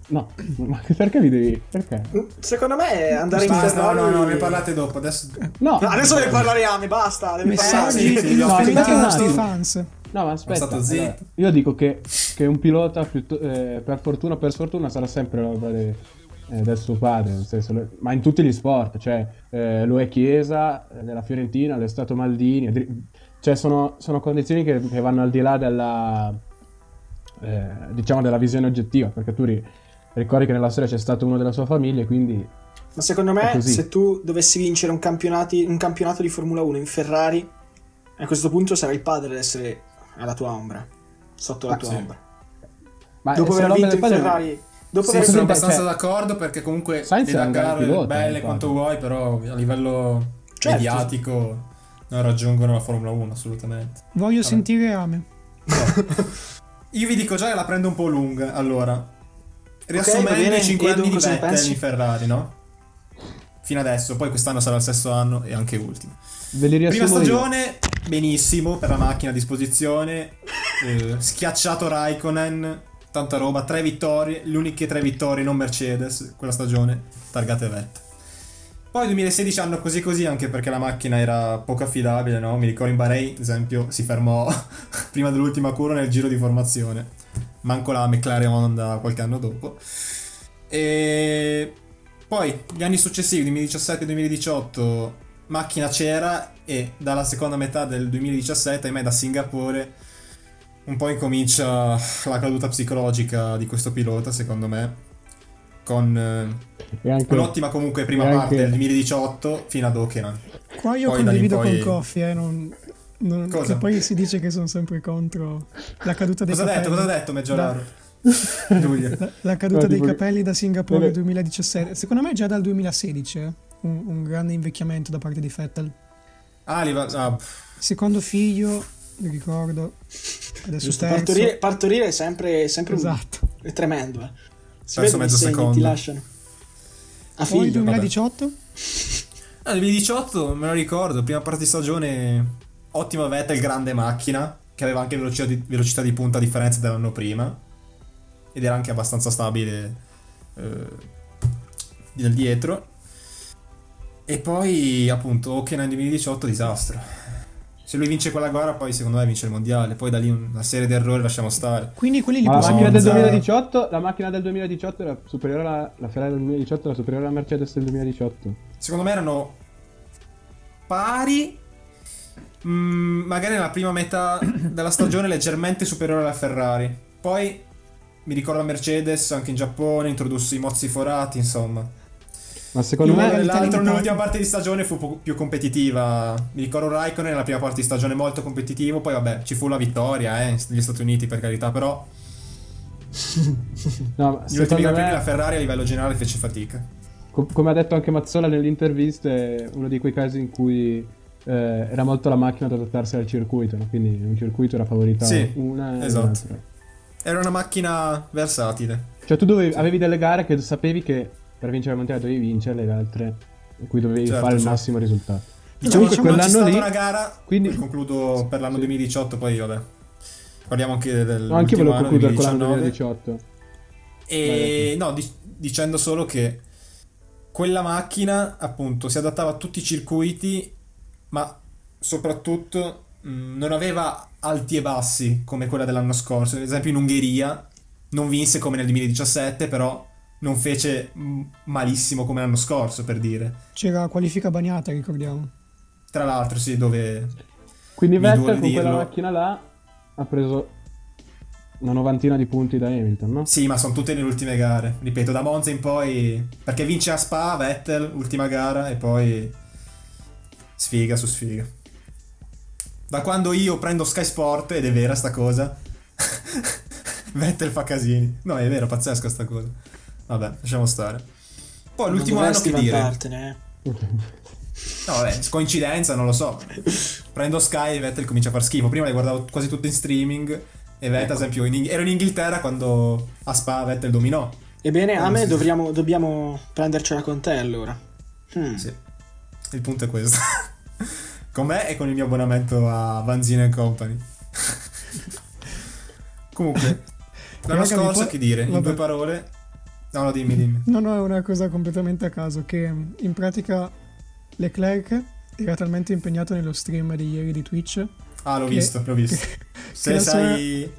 Speaker 9: No, ma che- perché vi devi. Perché?
Speaker 7: Secondo me andare in
Speaker 6: Basta, no,
Speaker 7: Ferrari...
Speaker 6: no, no, ne parlate dopo. Adesso
Speaker 9: No,
Speaker 7: No, adesso deve parlare Ame, basta. Deve parlare.
Speaker 6: sì,
Speaker 2: Messaggi
Speaker 6: sì, no,
Speaker 2: infiniti
Speaker 9: aspetta
Speaker 2: ai
Speaker 9: un
Speaker 2: nostri
Speaker 9: attimo.
Speaker 2: fans.
Speaker 9: No, ma aspetta.
Speaker 6: stato zitto.
Speaker 9: allora, io dico che, che un pilota, piutto- eh, per fortuna o per sfortuna, sarà sempre l'opera de- eh, del suo padre, nel senso, lo- ma in tutti gli sport, cioè eh, lo è Chiesa, eh, nella Fiorentina, lo è stato Maldini, addir- cioè sono, sono condizioni che, che vanno al di là della, eh, diciamo, della visione oggettiva, perché tu ri- ricordi che nella storia c'è stato uno della sua famiglia, e quindi
Speaker 7: Ma secondo
Speaker 9: È
Speaker 7: me,
Speaker 9: così.
Speaker 7: se tu dovessi vincere un, campionati- un campionato di Formula 1 in Ferrari, a questo punto sarà il padre ad essere alla tua ombra. Sotto
Speaker 6: Ah,
Speaker 7: la tua ombra.
Speaker 9: ma
Speaker 7: Dopo
Speaker 9: Ah, se
Speaker 7: aver
Speaker 9: l'ombra
Speaker 7: vinto
Speaker 9: del
Speaker 7: in
Speaker 9: padre-
Speaker 7: Ferrari... Dopo
Speaker 6: Sì,
Speaker 7: aver
Speaker 6: sono
Speaker 9: cioè-
Speaker 6: abbastanza d'accordo perché comunque
Speaker 9: Sainz
Speaker 6: le
Speaker 9: è un gran
Speaker 6: Dakar
Speaker 9: pilota,
Speaker 6: belle
Speaker 9: infatti.
Speaker 6: quanto vuoi, però a livello
Speaker 7: eh, Certo.
Speaker 6: mediatico non raggiungono la Formula 1 assolutamente.
Speaker 2: Voglio sentire Ame.
Speaker 6: Io vi dico già che la prendo un po' lunga, allora. Riassumendo
Speaker 7: va bene,
Speaker 6: i 5
Speaker 7: Edo,
Speaker 6: anni di
Speaker 7: cosa ne
Speaker 6: Vettel
Speaker 7: pensi?
Speaker 6: in Ferrari, no? Fino adesso, poi quest'anno sarà il sesto anno e anche ultimo.
Speaker 9: Ve li
Speaker 6: Prima
Speaker 9: riassumo io.
Speaker 6: stagione, benissimo per la macchina a disposizione. eh, schiacciato Raikkonen, tanta roba, tre vittorie, le uniche tre vittorie non Mercedes quella stagione, targate Vettel. Poi 2016 hanno così così anche perché la macchina era poco affidabile, no? Mi ricordo in Bahrain, ad esempio, si fermò prima dell'ultima curva nel giro di formazione. Manco la McLaren Honda qualche anno dopo. E poi gli anni successivi, 2017-2018, macchina c'era e dalla seconda metà del 2017, ahimè da Singapore, un po' incomincia la caduta psicologica di questo pilota, secondo me, con eh,
Speaker 9: E anche,
Speaker 6: un'ottima comunque prima
Speaker 9: e anche-
Speaker 6: parte del 2018 fino ad Okena.
Speaker 2: Qua io
Speaker 6: Poi da lì
Speaker 2: condivido
Speaker 6: in poi-
Speaker 2: con Coffee, eh, non- non-
Speaker 6: Cosa?
Speaker 2: che poi si dice che sono sempre contro la caduta dei
Speaker 6: Cosa ha
Speaker 2: capelli.
Speaker 6: detto? Cosa ha detto Meggioraro? Giulia.
Speaker 2: La, la caduta
Speaker 9: No,
Speaker 2: dei
Speaker 9: tipo-
Speaker 2: capelli da Singapore
Speaker 9: Deve-
Speaker 2: 2017. Secondo me già dal 2016 eh, un, un grande invecchiamento da parte di Fettel.
Speaker 6: Ah, li va- ah,
Speaker 2: Secondo figlio, vi ricordo, adesso
Speaker 7: Giusto,
Speaker 2: terzo.
Speaker 7: partorire, partorire è sempre, sempre un-
Speaker 2: Esatto.
Speaker 7: è tremendo. Eh. Si
Speaker 6: Perso
Speaker 7: vedono i
Speaker 6: mezzo
Speaker 7: segni,
Speaker 6: secondo.
Speaker 7: ti lasciano. A
Speaker 2: Poi il
Speaker 7: figlio.
Speaker 2: 2018?
Speaker 6: Ah, 2018 me lo ricordo, prima parte di stagione, ottima Vettel, grande macchina, che aveva anche velocità di, velocità di punta a differenza dell'anno prima, ed era anche abbastanza stabile eh, nel dietro. E poi, appunto, Okena nel 2018, disastro. Se lui vince quella gara, poi secondo me vince il mondiale, poi da lì una serie di errori lasciamo stare.
Speaker 2: Quindi quelli li
Speaker 9: Ma la
Speaker 2: possiamo
Speaker 9: macchina, del
Speaker 6: Monza-
Speaker 2: alzare.
Speaker 9: 2018, la macchina del 2018 era superiore alla la Ferrari del 2018 era superiore alla Mercedes del 2018.
Speaker 6: Secondo me erano pari. mm, magari nella prima metà della stagione leggermente superiore alla Ferrari. Poi mi ricordo la Mercedes anche in Giappone, introdusse i mozzi forati, insomma.
Speaker 9: Ma secondo
Speaker 6: L'uno
Speaker 9: me
Speaker 2: magari-
Speaker 6: dell'altro
Speaker 2: Italia-
Speaker 6: nell'ultima parte di stagione fu po- più competitiva. Mi ricordo Raikkonen nella prima parte di stagione molto competitivo, poi vabbè, ci fu la vittoria eh, negli Stati Uniti per carità, però
Speaker 9: no, ma
Speaker 6: gli ultimi
Speaker 9: secondo
Speaker 6: Gran Premi
Speaker 9: me
Speaker 6: la Ferrari a livello generale fece fatica.
Speaker 9: Co- come ha detto anche Mazzola nell'intervista, è uno di quei casi in cui eh, era molto la macchina ad adattarsi al circuito, no? quindi un circuito era favorita
Speaker 6: Sì,
Speaker 9: una e
Speaker 6: esatto.
Speaker 9: un'altra.
Speaker 6: Era una macchina versatile.
Speaker 9: Cioè tu dovevi- avevi delle gare che sapevi che per vincere il mondiale dovevi vincere, le altre in cui dovevi
Speaker 6: Certo,
Speaker 9: fare il
Speaker 6: certo.
Speaker 9: massimo risultato.
Speaker 6: Diciamo che quell'anno
Speaker 9: Comunque,
Speaker 6: c'è
Speaker 9: quell'anno
Speaker 6: stata
Speaker 9: lì-
Speaker 6: una gara,
Speaker 9: quindi-
Speaker 6: poi concludo per l'anno
Speaker 9: Sì.
Speaker 6: 2018, poi vabbè. Parliamo anche del
Speaker 9: No, anche io volevo
Speaker 6: anno,
Speaker 9: concludere con l'anno
Speaker 6: 2019.
Speaker 9: 2018.
Speaker 6: E no, dic- dicendo solo che quella macchina, appunto, si adattava a tutti i circuiti, ma soprattutto mh, non aveva alti e bassi come quella dell'anno scorso. Ad esempio in Ungheria non vinse come nel 2017, però non fece mh, malissimo come l'anno scorso, per dire.
Speaker 2: C'era qualifica bagnata, ricordiamo.
Speaker 6: Tra l'altro, sì, dove
Speaker 9: Quindi
Speaker 6: Mi
Speaker 9: Vettel
Speaker 6: duole
Speaker 9: con quella
Speaker 6: dirlo.
Speaker 9: macchina là ha preso una novantina di punti da Hamilton, no?
Speaker 6: Sì, ma sono tutte nelle ultime gare. Ripeto, da Monza in poi. Perché vince a Spa, Vettel, ultima gara e poi. Sfiga su sfiga. Da quando io prendo Sky Sport, ed è vera sta cosa, Vettel fa casini. No, è vero, pazzesca sta cosa. Vabbè, lasciamo stare. Poi oh, l'ultimo anno che dire.
Speaker 7: eh.
Speaker 6: No, vabbè, coincidenza, non lo so. Prendo Sky e Vettel comincia a far schifo. Prima le guardavo quasi tutte in streaming. E Vettel, ad esempio, in Ing- ero in Inghilterra quando a Spa Vettel dominò.
Speaker 7: Ebbene, a
Speaker 6: Eh,
Speaker 7: me
Speaker 6: sì.
Speaker 7: dobbiamo, dobbiamo prendercela con te allora. Mm.
Speaker 6: Sì. Il punto è questo. con me e con il mio abbonamento a Vanzina Company. Comunque, l'anno
Speaker 2: Raga, mi
Speaker 6: scorso,
Speaker 2: può-
Speaker 6: che dire? In
Speaker 2: vabbè.
Speaker 6: due parole. No, no, dimmi, dimmi.
Speaker 2: No, no, è una cosa completamente a caso che mh, in pratica Leclerc era talmente impegnato nello stream di ieri di Twitch
Speaker 6: Ah, l'ho
Speaker 2: Che-
Speaker 6: visto, l'ho visto.
Speaker 2: la
Speaker 6: Se
Speaker 2: sua-
Speaker 6: sai.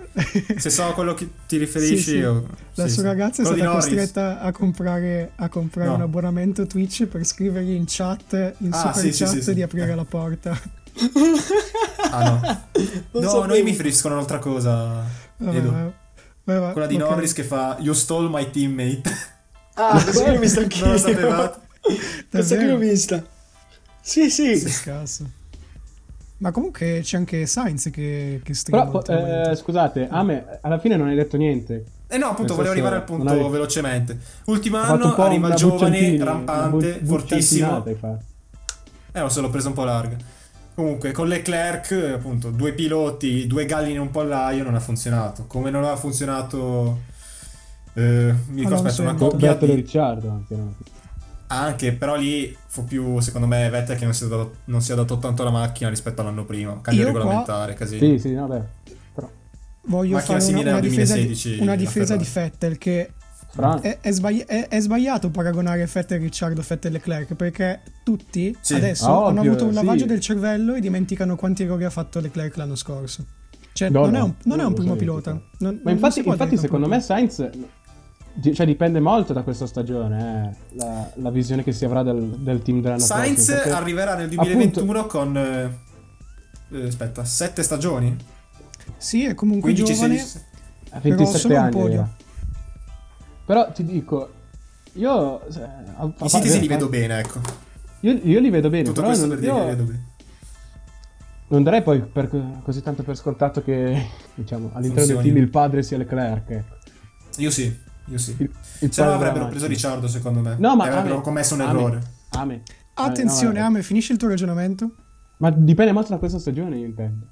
Speaker 6: Se so a quello che ti riferisci,
Speaker 2: Sì, sì.
Speaker 6: io.
Speaker 2: la
Speaker 6: sì,
Speaker 2: sua
Speaker 6: sì.
Speaker 2: ragazza è
Speaker 6: Quello di
Speaker 2: stata
Speaker 6: Norris.
Speaker 2: costretta a comprare, a comprare
Speaker 6: No.
Speaker 2: un abbonamento Twitch per scrivergli in chat, in
Speaker 6: Ah,
Speaker 2: super
Speaker 6: sì, sì,
Speaker 2: chat,
Speaker 6: sì, sì.
Speaker 2: di aprire la porta.
Speaker 6: Ah, no.
Speaker 7: Non
Speaker 6: no,
Speaker 7: sapevo.
Speaker 6: noi mi riferisco a un'altra cosa.
Speaker 2: Vabbè,
Speaker 6: Edo.
Speaker 2: vabbè, vabbè,
Speaker 6: Quella di
Speaker 2: ok.
Speaker 6: Norris che fa You stole my teammate.
Speaker 7: Ah, questa qui l'ho vista
Speaker 6: non lo
Speaker 7: anch'io.
Speaker 6: sapevate?
Speaker 7: Questa qui l'ho
Speaker 2: Davvero?
Speaker 7: vista. Sì, sì.
Speaker 2: Che scasso. Ma comunque c'è anche Sainz che, che streama.
Speaker 9: Però po-
Speaker 2: ultimamente.
Speaker 9: eh, scusate, a me alla fine non hai detto niente.
Speaker 6: Eh no, appunto, volevo
Speaker 9: Nel senso,
Speaker 6: arrivare al punto
Speaker 9: non avevi-
Speaker 6: velocemente. Ultimo
Speaker 9: Ha fatto un
Speaker 6: anno
Speaker 9: po'
Speaker 6: arriva
Speaker 9: una
Speaker 6: il giovane,
Speaker 9: bucciantina, una
Speaker 6: rampante,
Speaker 9: bu-
Speaker 6: fortissimo.
Speaker 9: bucciantinata hai fatto.
Speaker 6: Eh, lo so, l'ho preso un po' larga. Comunque, con Leclerc, appunto, due piloti, due galline in un pollaio, non ha funzionato. Come non ha funzionato... eh, mi
Speaker 9: Ah,
Speaker 6: ricordo, aspetta,
Speaker 2: Alonso e
Speaker 6: una
Speaker 2: Hamilton.
Speaker 6: coppia
Speaker 9: Vettel e
Speaker 6: di
Speaker 9: Ricciardo anche, no?
Speaker 6: Anche, però lì fu più, secondo me, Vettel che non si è dato, non si è dato tanto alla macchina rispetto all'anno prima. Cambio
Speaker 2: Io qua-
Speaker 6: regolamentare, casino.
Speaker 9: Sì, sì, no, beh. Però,
Speaker 2: Voglio
Speaker 6: macchina
Speaker 2: fare una,
Speaker 6: simile
Speaker 2: una
Speaker 6: alla
Speaker 2: difesa, di,
Speaker 6: 2016
Speaker 2: una
Speaker 6: la
Speaker 2: difesa di
Speaker 6: Ferrari.
Speaker 2: Fettel che
Speaker 9: Fra-
Speaker 2: È, è sbagli- è- è sbagliato paragonare Fettel Ricciardo a Fettel Leclerc perché tutti
Speaker 6: Sì.
Speaker 2: adesso
Speaker 9: Ah,
Speaker 2: hanno
Speaker 9: ovvio,
Speaker 2: avuto un lavaggio
Speaker 9: sì.
Speaker 2: del cervello e dimenticano quanti errori ha fatto Leclerc l'anno scorso. Cioè,
Speaker 9: No,
Speaker 2: non,
Speaker 9: no,
Speaker 2: è un, non è
Speaker 9: non
Speaker 2: un
Speaker 9: lo
Speaker 2: primo
Speaker 9: so,
Speaker 2: pilota.
Speaker 9: tipo.
Speaker 2: Non-
Speaker 9: Ma
Speaker 2: non
Speaker 9: infatti,
Speaker 2: si può
Speaker 9: infatti
Speaker 2: dire che è un
Speaker 9: secondo
Speaker 2: primo
Speaker 9: me Sainz di- cioè dipende molto da questa stagione, eh, la, la visione che si avrà del, del team dell'anno
Speaker 6: Sainz
Speaker 9: prossimo. perché-
Speaker 6: arriverà nel
Speaker 9: appunto-
Speaker 6: 2021 con... eh, eh, aspetta, sette stagioni?
Speaker 2: Sì, è comunque
Speaker 6: 15,
Speaker 2: giovane.
Speaker 6: 16...
Speaker 9: a
Speaker 2: però
Speaker 9: 27
Speaker 2: solo un
Speaker 9: anni.
Speaker 2: podio.
Speaker 9: era. Però ti dico, io... se- a- a-
Speaker 6: I siti
Speaker 9: vero,
Speaker 6: li vedo
Speaker 9: eh,
Speaker 6: bene, ecco.
Speaker 9: Io, io li vedo bene,
Speaker 6: Tutto
Speaker 9: però
Speaker 6: questo
Speaker 9: non,
Speaker 6: per dire
Speaker 9: io
Speaker 6: che li vedo bene.
Speaker 9: non darei poi per- così tanto per scontato che diciamo, all'interno
Speaker 6: Funzioni.
Speaker 9: del team il padre sia Leclerc. ecco.
Speaker 6: Io sì, io sì.
Speaker 9: Il- il
Speaker 6: Se no
Speaker 9: padre
Speaker 6: avrebbero
Speaker 9: della
Speaker 6: preso
Speaker 9: macchina.
Speaker 6: Ricciardo, secondo me.
Speaker 9: No, ma
Speaker 6: E avrebbero
Speaker 9: Ame-
Speaker 6: commesso un
Speaker 9: Ame-
Speaker 6: errore.
Speaker 9: Ame.
Speaker 2: Attenzione,
Speaker 9: Ame, Eh, no,
Speaker 2: Ame, finisci il tuo ragionamento.
Speaker 9: Ma dipende molto da questa stagione, io intendo.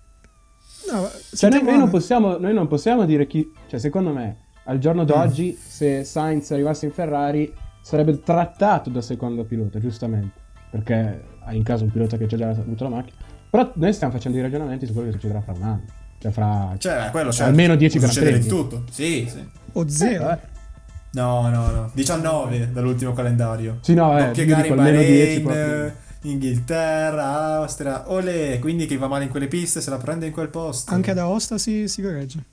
Speaker 2: No,
Speaker 9: Cioè,
Speaker 2: sentiamo
Speaker 9: noi, noi non
Speaker 2: Ame.
Speaker 9: possiamo, noi non possiamo dire chi. Cioè, secondo me, al giorno d'oggi, se Sainz arrivasse in Ferrari, sarebbe trattato da secondo pilota, giustamente. Perché ha in caso un pilota che ha già avuto la macchina. Però noi stiamo facendo i ragionamenti su quello che succederà fra un anno. Cioè, fra.
Speaker 6: Cioè, eh, quello c'è.
Speaker 9: Almeno 10
Speaker 6: Può
Speaker 9: Gran
Speaker 6: succedere di
Speaker 9: Premi.
Speaker 6: tutto. Sì, sì.
Speaker 2: O zero.
Speaker 9: Eh,
Speaker 6: No, no, no. 19 dall'ultimo calendario.
Speaker 9: Sì, no, eh,
Speaker 6: Doppie
Speaker 9: io
Speaker 6: gare
Speaker 9: dico
Speaker 6: in
Speaker 9: almeno 10
Speaker 6: Bahrain,
Speaker 9: proprio.
Speaker 6: Inghilterra, Austria. Olè, quindi chi va male in quelle piste se la prende in quel posto.
Speaker 2: Anche ad Aosta si, si corregge.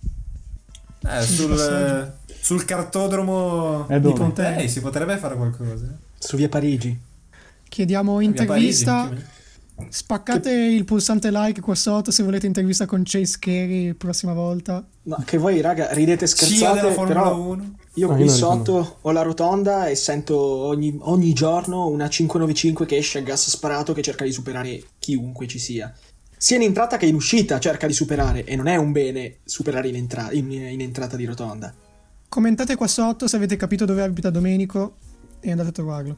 Speaker 6: Eh,
Speaker 2: Sì,
Speaker 6: sul,
Speaker 2: passaggio.
Speaker 6: sul cartodromo
Speaker 9: È
Speaker 6: di
Speaker 9: Eh, dove?
Speaker 6: Pontei si potrebbe fare qualcosa. eh.
Speaker 7: Su via Parigi.
Speaker 2: Chiediamo
Speaker 6: Via Parigi,
Speaker 2: intervista.
Speaker 6: chi-
Speaker 2: Spaccate il pulsante like qua sotto se volete intervista con Chase Carey prossima volta.
Speaker 7: No, che voi, raga, ridete e
Speaker 6: CIA della
Speaker 7: scherzate,
Speaker 6: Formula
Speaker 7: però
Speaker 6: 1.
Speaker 7: io
Speaker 9: No,
Speaker 7: qui
Speaker 9: Ah, io non
Speaker 7: sotto ho la rotonda e sento ogni, ogni giorno una 595 che esce a gas sparato che cerca di superare chiunque ci sia. Sia in entrata che in uscita cerca di superare, e non è un bene superare in, entra- in- in entrata di rotonda.
Speaker 2: Commentate qua sotto se avete capito dove abita Domenico e andate a trovarlo.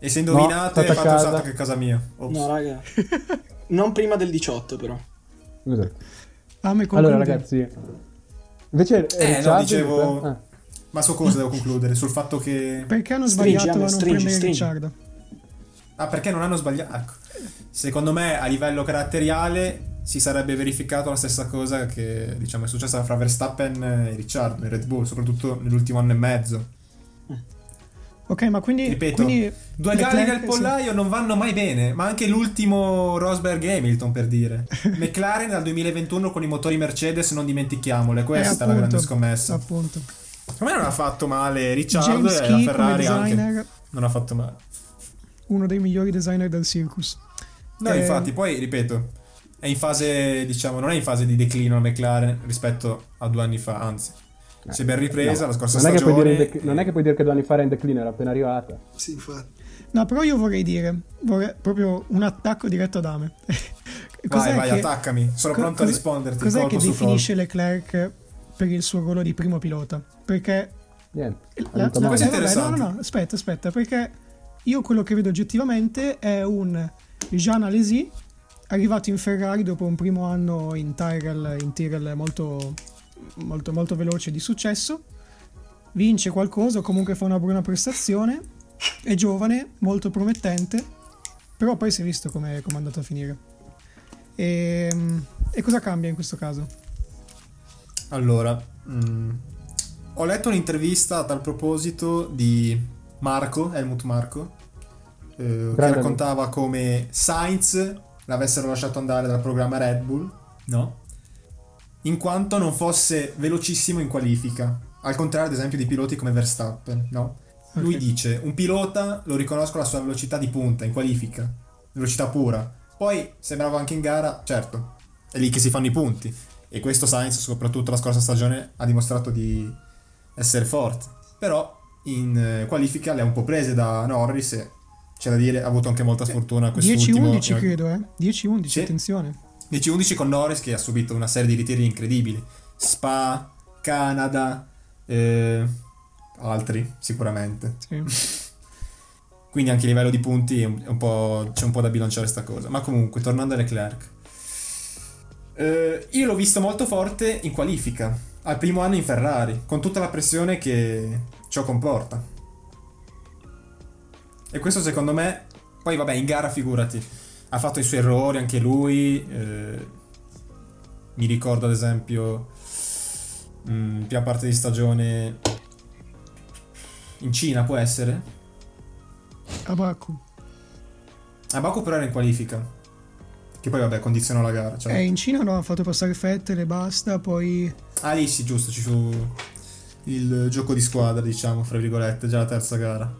Speaker 6: E se
Speaker 9: No,
Speaker 6: indovinate,
Speaker 9: state a
Speaker 6: fate un
Speaker 9: casa.
Speaker 6: salto che a casa mia. Ops.
Speaker 7: No, raga. non prima del 18, però.
Speaker 9: scusate.
Speaker 2: Ame
Speaker 9: Allora,
Speaker 2: concludi.
Speaker 9: ragazzi. Invece,
Speaker 6: Eh, no,
Speaker 9: Ricciardo-
Speaker 6: dicevo-
Speaker 9: Ah,
Speaker 6: Ma su cosa devo concludere? Sul fatto che.
Speaker 2: Perché hanno
Speaker 7: Stringi,
Speaker 2: sbagliato a
Speaker 7: Ame,
Speaker 2: non
Speaker 7: stringi,
Speaker 2: prendere
Speaker 7: stringi.
Speaker 2: Ricciardo?
Speaker 6: Ah, perché non hanno sbagliato? Ecco. Secondo me, a livello caratteriale, si sarebbe verificato la stessa cosa che diciamo è successa fra Verstappen e Ricciardo in Red Bull, soprattutto nell'ultimo anno e mezzo.
Speaker 2: Ok, ma quindi...
Speaker 6: Ripeto,
Speaker 2: quindi
Speaker 6: due
Speaker 2: Leclerc-
Speaker 6: gare nel
Speaker 2: sì. Eh,
Speaker 6: pollaio non vanno mai bene, ma anche l'ultimo Rosberg e Hamilton per dire. McLaren dal 2021 con i motori Mercedes, non dimentichiamole,
Speaker 2: Eh,
Speaker 6: questa è la
Speaker 2: appunto,
Speaker 6: grande scommessa.
Speaker 2: Appunto.
Speaker 6: Secondo me non ha fatto male Ricciardo
Speaker 2: James
Speaker 6: e la
Speaker 2: Key come
Speaker 6: Ferrari
Speaker 2: designer,
Speaker 6: anche. Non ha fatto male.
Speaker 2: uno dei migliori designer del circus.
Speaker 6: No,
Speaker 2: Eh,
Speaker 6: infatti, poi ripeto, è in fase, diciamo, non è in fase di declino la McLaren rispetto a due anni fa, anzi, si è ben ripresa
Speaker 9: no.
Speaker 6: la scorsa
Speaker 9: non è, che puoi
Speaker 6: stagione.
Speaker 9: dire in dec- non è che puoi dire che due anni fa era in declino, era appena arrivata.
Speaker 7: Sì, infatti.
Speaker 2: No, però io vorrei dire, vorrei- proprio un attacco diretto ad Ame.
Speaker 6: Vai, vai, attaccami, sono
Speaker 2: co-
Speaker 6: pronto a
Speaker 2: cos-
Speaker 6: risponderti.
Speaker 2: Cos'è
Speaker 6: colpo
Speaker 2: che
Speaker 6: su
Speaker 2: definisce Leclerc per il suo ruolo di primo pilota? Perché...
Speaker 9: Niente.
Speaker 2: la-
Speaker 9: ha vinto
Speaker 2: la-
Speaker 9: Max.
Speaker 6: Questo è
Speaker 2: eh, vabbè,
Speaker 6: interessante.
Speaker 2: no, no, no, aspetta, aspetta, perché io quello che vedo oggettivamente è un Jean Alesi arrivato in Ferrari dopo un primo anno in Tyrrell, in Tyrrell molto, molto, molto veloce di successo, vince qualcosa o comunque fa una buona prestazione, è giovane, molto promettente, però poi si è visto come come è andato a finire. E, e cosa cambia in questo caso?
Speaker 6: fondo. Allora, mm, ho letto un'intervista a tal proposito di Marco, Helmut Marco, eh, che
Speaker 9: amico.
Speaker 6: raccontava come Sainz l'avessero lasciato andare dal programma Red Bull, no? in quanto non fosse velocissimo in qualifica. Al contrario, ad esempio, di piloti come Verstappen, no? Lui dice: Un pilota lo riconosco alla sua velocità di punta in qualifica, velocità pura. Poi sembrava anche in gara, certo, è lì che si fanno i punti. E questo Sainz, soprattutto la scorsa stagione, ha dimostrato di essere forte. Però in eh, qualifica le ha un po' prese da Norris e c'è da dire ha avuto anche molta sfortuna quest'ultimo
Speaker 2: 10-11 credo, eh? 10-11,
Speaker 6: Sì.
Speaker 2: attenzione.
Speaker 6: 10-11 con Norris che ha subito una serie di ritiri incredibili. Spa, Canada, eh, altri sicuramente.
Speaker 2: Sì.
Speaker 6: Quindi anche a livello di punti è un- è un po'- c'è un po' da bilanciare sta cosa. Ma comunque, tornando a Leclerc. Eh, io l'ho visto molto forte in qualifica, al primo anno in Ferrari, con tutta la pressione che ciò comporta. E questo secondo me, poi vabbè, in gara figurati, ha fatto i suoi errori anche lui. eh, mi ricordo ad esempio, mm, prima parte di stagione in Cina può essere,
Speaker 2: A Baku.
Speaker 6: A Eh, Baku però era in qualifica. Che poi vabbè condizionò la gara. Cioè.
Speaker 2: Eh, in Cina no, hanno fatto passare Fettel e basta, poi...
Speaker 6: Ah lì sì, giusto, ci fu... il gioco di squadra, diciamo, fra virgolette, già la terza gara.